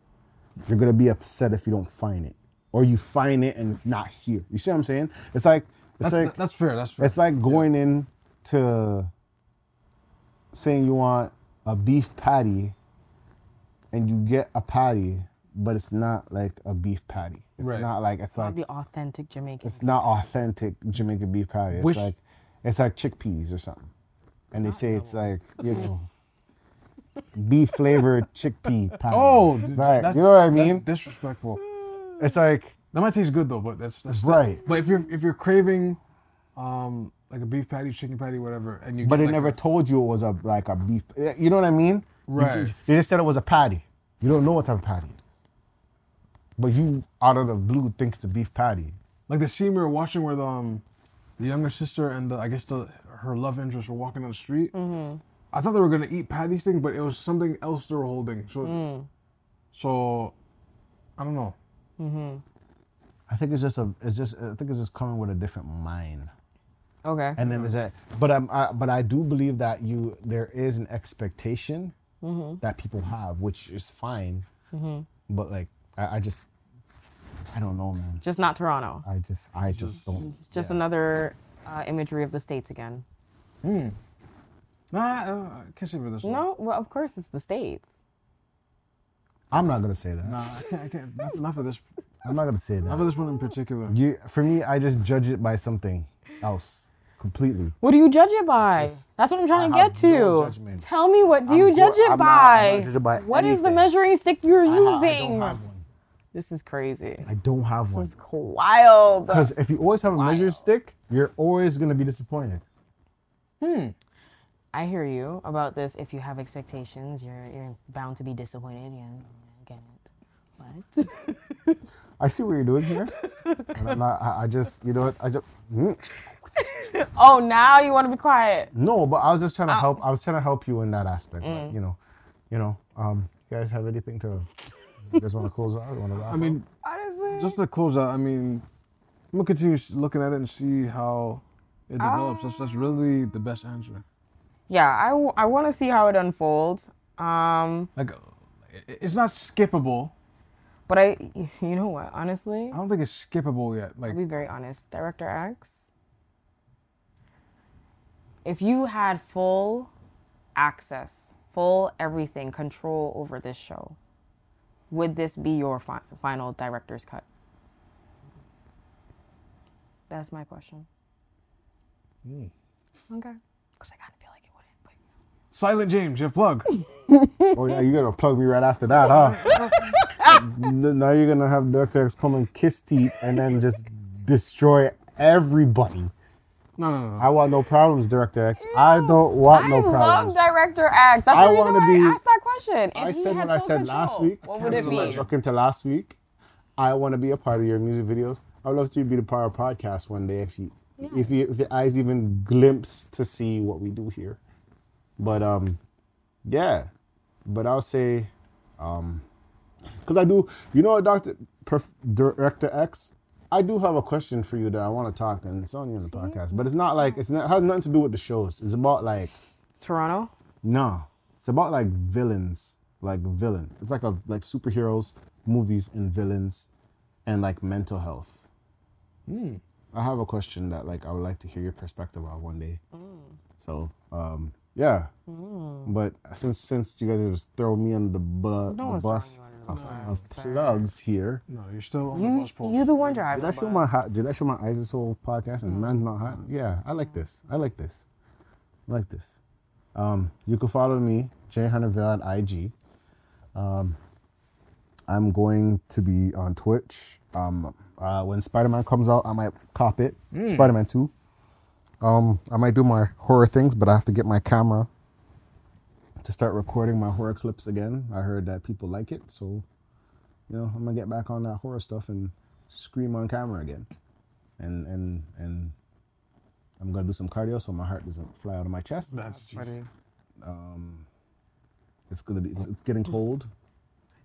Speaker 1: you're gonna be upset if you don't find it, or you find it and it's not here. You see what I'm saying? It's like it's
Speaker 3: that's
Speaker 1: like
Speaker 3: that's fair. That's fair.
Speaker 1: it's like going in to saying you want a beef patty and you get a patty, but it's not like a beef patty. It's
Speaker 3: Right.
Speaker 1: not like it's like
Speaker 2: the authentic jamaican
Speaker 1: it's not authentic Jamaican beef patty. It's
Speaker 3: Which-
Speaker 1: like it's like chickpeas or something. And they say it's like, you know, beef flavored chickpea patty.
Speaker 3: oh, dude,
Speaker 1: right.
Speaker 3: that's-
Speaker 1: You know what I
Speaker 3: that's
Speaker 1: mean?
Speaker 3: disrespectful.
Speaker 1: It's like
Speaker 3: That might taste good though, but that's, that's still-
Speaker 1: Right.
Speaker 3: but if you're if you're craving, um, like a beef patty, chicken patty, whatever, and you
Speaker 1: but
Speaker 3: get,
Speaker 1: it
Speaker 3: like,
Speaker 1: never
Speaker 3: a-
Speaker 1: told you it was a like a beef. eh, You know what I mean? You-
Speaker 3: Right.
Speaker 1: they just said it was a patty. You don't know what type of patty. it is. But you out of the blue think it's a beef patty.
Speaker 3: like the scene we were watching where the um, the younger sister and the, I guess the her love interest were walking on the street.
Speaker 1: Mm-hmm.
Speaker 3: I thought they were gonna eat patty thing, but it was something else they were holding. So,
Speaker 1: Mm.
Speaker 3: so I don't know.
Speaker 1: I think it's just a. It's just. I think it's just coming with a different mind.
Speaker 2: okay
Speaker 1: And then there's that. But I'm. I, but I do believe that you. There is an expectation that people have, which is fine. But like, I, I just. I don't know, man.
Speaker 2: just not toronto
Speaker 1: I just. I just don't.
Speaker 2: just another uh, imagery of the states again.
Speaker 3: Nah, I, don't- I can't say for this. one.
Speaker 2: No, well, of course it's the states.
Speaker 1: I'm not gonna say that.
Speaker 3: Nah, I can't. I can't not, not for this.
Speaker 1: I'm not gonna say that.
Speaker 3: Not for this one in particular.
Speaker 1: You, for me, I just judge it by something else completely.
Speaker 2: What do you judge it by? That's what I'm trying
Speaker 1: I
Speaker 2: to
Speaker 1: have
Speaker 2: get
Speaker 1: no
Speaker 2: to.
Speaker 1: judgment.
Speaker 2: Tell me what do
Speaker 1: I'm
Speaker 2: you
Speaker 1: go-
Speaker 2: judge it
Speaker 1: I'm not-
Speaker 2: by?
Speaker 1: I'm not judging by
Speaker 2: What is the
Speaker 1: anything.
Speaker 2: measuring stick you're
Speaker 1: I, ha- I
Speaker 2: using?
Speaker 1: don't have one.
Speaker 2: this is crazy.
Speaker 1: I don't have one.
Speaker 2: Wild.
Speaker 1: Because if you always have a measure stick, you're always gonna be disappointed.
Speaker 2: I hear you about this. If you have expectations, you're you're bound to be disappointed. Yeah, I get it. What?
Speaker 1: I see what you're doing here. and I'm not, I, I just, you know what? I just mm.
Speaker 2: oh, now you want to be quiet.
Speaker 1: no, but I was just trying to help. I was trying to help you in that aspect.
Speaker 2: Mm.
Speaker 1: But, you know, you know. Um, you guys have anything to? You guys want to close out? Want to wrap
Speaker 3: I mean,
Speaker 6: Honestly,
Speaker 3: just to close out. I mean, I'm gonna continue s- looking at it and see how it develops. that's that's really the best answer.
Speaker 2: Yeah, I, w- I want to see how it unfolds. Um,
Speaker 3: Like, uh, it- it's not skippable.
Speaker 2: but I, you know what? Honestly,
Speaker 3: I don't think it's skippable yet. Like,
Speaker 2: I'll be very honest. Director X, if you had full access, full everything, control over this show, would this be your fi- final director's cut? That's my question.
Speaker 1: Hmm.
Speaker 2: Okay. Because I kind of feel like it wouldn't. But
Speaker 3: Silent James, your plug.
Speaker 1: up? Oh yeah, you gotta plug me right after that, huh? N- now you're gonna have Dr. X come and kiss teeth and then just destroy everybody.
Speaker 3: No, no, no, no.
Speaker 1: I want no problems, Director X. I don't want no
Speaker 2: I love
Speaker 1: problems.
Speaker 2: Director X. That's
Speaker 1: I
Speaker 2: the reason
Speaker 1: wanna
Speaker 2: why
Speaker 1: be-
Speaker 2: I asked that question. If
Speaker 1: I
Speaker 2: he
Speaker 1: said
Speaker 2: had
Speaker 1: what I
Speaker 6: full
Speaker 1: said last
Speaker 6: control,
Speaker 1: week.
Speaker 6: what would it
Speaker 1: Let's
Speaker 6: be?
Speaker 1: look into last week. I want to be a part of your music videos. I'd love to be the part of our podcast one day if you, if you, if your eyes even glimpse to see what we do here. But um, yeah. But I'll say, um, because I do. You know, Doctor Director X. I do have a question for you that I want to talk, and it's only on the podcast, but it's not like it's not, it has nothing to do with the shows. It's about like
Speaker 2: Toronto?
Speaker 1: no, it's about like villains, like villain. It's like a like superheroes, movies, and villains, and like mental health. I have a question that like I would like to hear your perspective on one day. So um yeah, but since since you guys are just throwing me under the, bu- the bus of, of plugs here,
Speaker 3: No, you're still on the bus pole.
Speaker 2: You the one
Speaker 1: did
Speaker 2: driver.
Speaker 1: I show my hot? Did I show my eyes this whole podcast? And man's not hot. Yeah, I like this. I like this. I like this. Um, you can follow me, Jay Hunterville on IG. Um, I'm going to be on Twitch. Um, uh, when Spider Man comes out, I might cop it. Spider Man Two. Um, I might do my horror things, but I have to get my camera to start recording my horror clips again. I heard that people like it, so you know, I'm gonna get back on that horror stuff and scream on camera again. And and and I'm gonna do some cardio so my heart doesn't fly out of my chest. Um,
Speaker 3: That's
Speaker 1: It's gonna be it's, it's getting cold.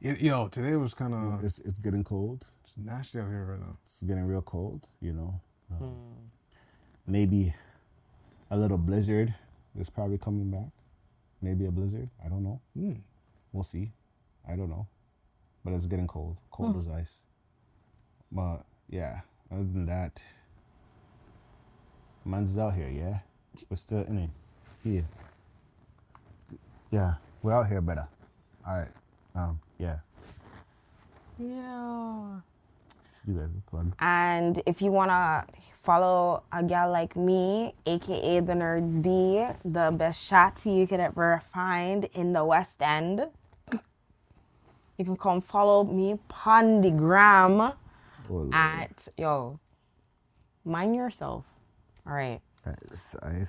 Speaker 3: Y- Yo, today was kind of
Speaker 1: It's it's getting cold.
Speaker 3: it's nasty out here right now.
Speaker 1: It's getting real cold. You know, Um, maybe a little blizzard is probably coming back. Maybe a blizzard. I don't know.
Speaker 3: Hmm.
Speaker 1: We'll see. I don't know. But it's getting cold. Cold as ice. But yeah, other than that, man's out here, yeah? We're still in it. Here. Yeah, we're out here, better. All right. Um, yeah.
Speaker 7: Yeah.
Speaker 1: You guys plug.
Speaker 7: And if you wanna follow a gal like me, aka the Nerd D, the best shotty you could ever find in the West End, you can come follow me on the gram
Speaker 1: Oh,
Speaker 7: at yo. Mind yourself. All right.
Speaker 1: I,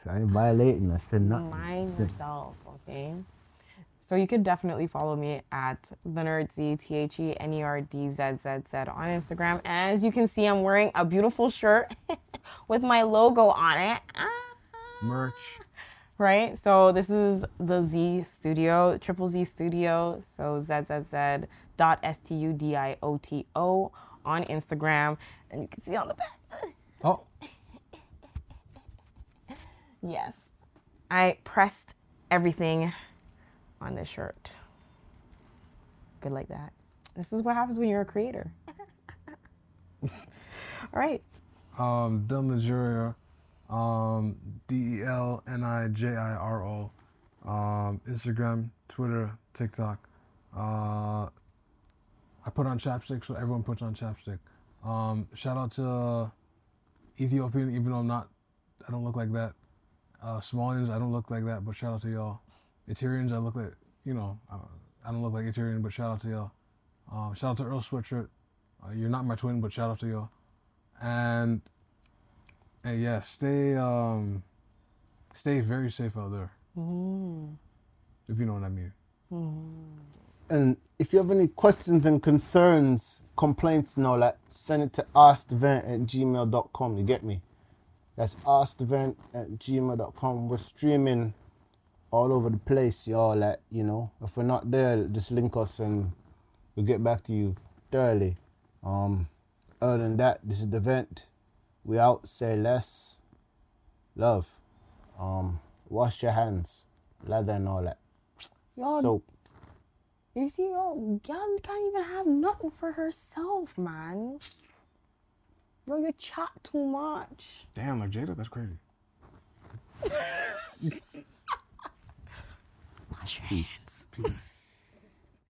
Speaker 1: I ain't violating. I said nothing.
Speaker 7: Mind yourself. Okay.
Speaker 2: So you could definitely follow me at the nerd Z T H E N E R D Z Z Z on Instagram. As you can see, I'm wearing a beautiful shirt with my logo on it. Ah,
Speaker 3: Merch.
Speaker 2: Right? So this is the Z Studio, Triple Z Studio. So Z Z Z dot S T U D I O T O on Instagram. And you can see on the back.
Speaker 3: Oh,
Speaker 2: Yes. I pressed everything on this shirt. Good like that. This is what happens when you're a creator. All right.
Speaker 3: um, Del Nigeria, um, D E L N I J I R O, um, Instagram, Twitter, TikTok. Uh, I put on chapstick, so everyone puts on chapstick. Um, shout out to Ethiopian, even though I'm not, I don't look like that. Uh, Somalians, I don't look like that, but shout out to y'all. Eterians, I look like, you know, I don't, I don't look like Eterian, but shout out to y'all. Uh, shout out to Earl Sweatshirt. Uh, you're not my twin, but shout out to y'all. And, and yeah, stay um, stay very safe out there. If you know what I mean.
Speaker 1: And if you have any questions and concerns, complaints and all that, send it to askthevent at gmail.com. You get me? That's askthevent at gmail.com. We're streaming all over the place, y'all. Like, you know, if we're not there, just link us and we'll get back to you thoroughly. Um, other than that, this is the vent. We out, say less. Love. Um, wash your hands. Lather and all that.
Speaker 7: Y'all
Speaker 1: Soap.
Speaker 7: You see, yo, y'all can't even have nothing for herself, man. Yo, you chat too much.
Speaker 3: Damn, like Jada, that's crazy.
Speaker 7: Wash your hands.
Speaker 3: Peace.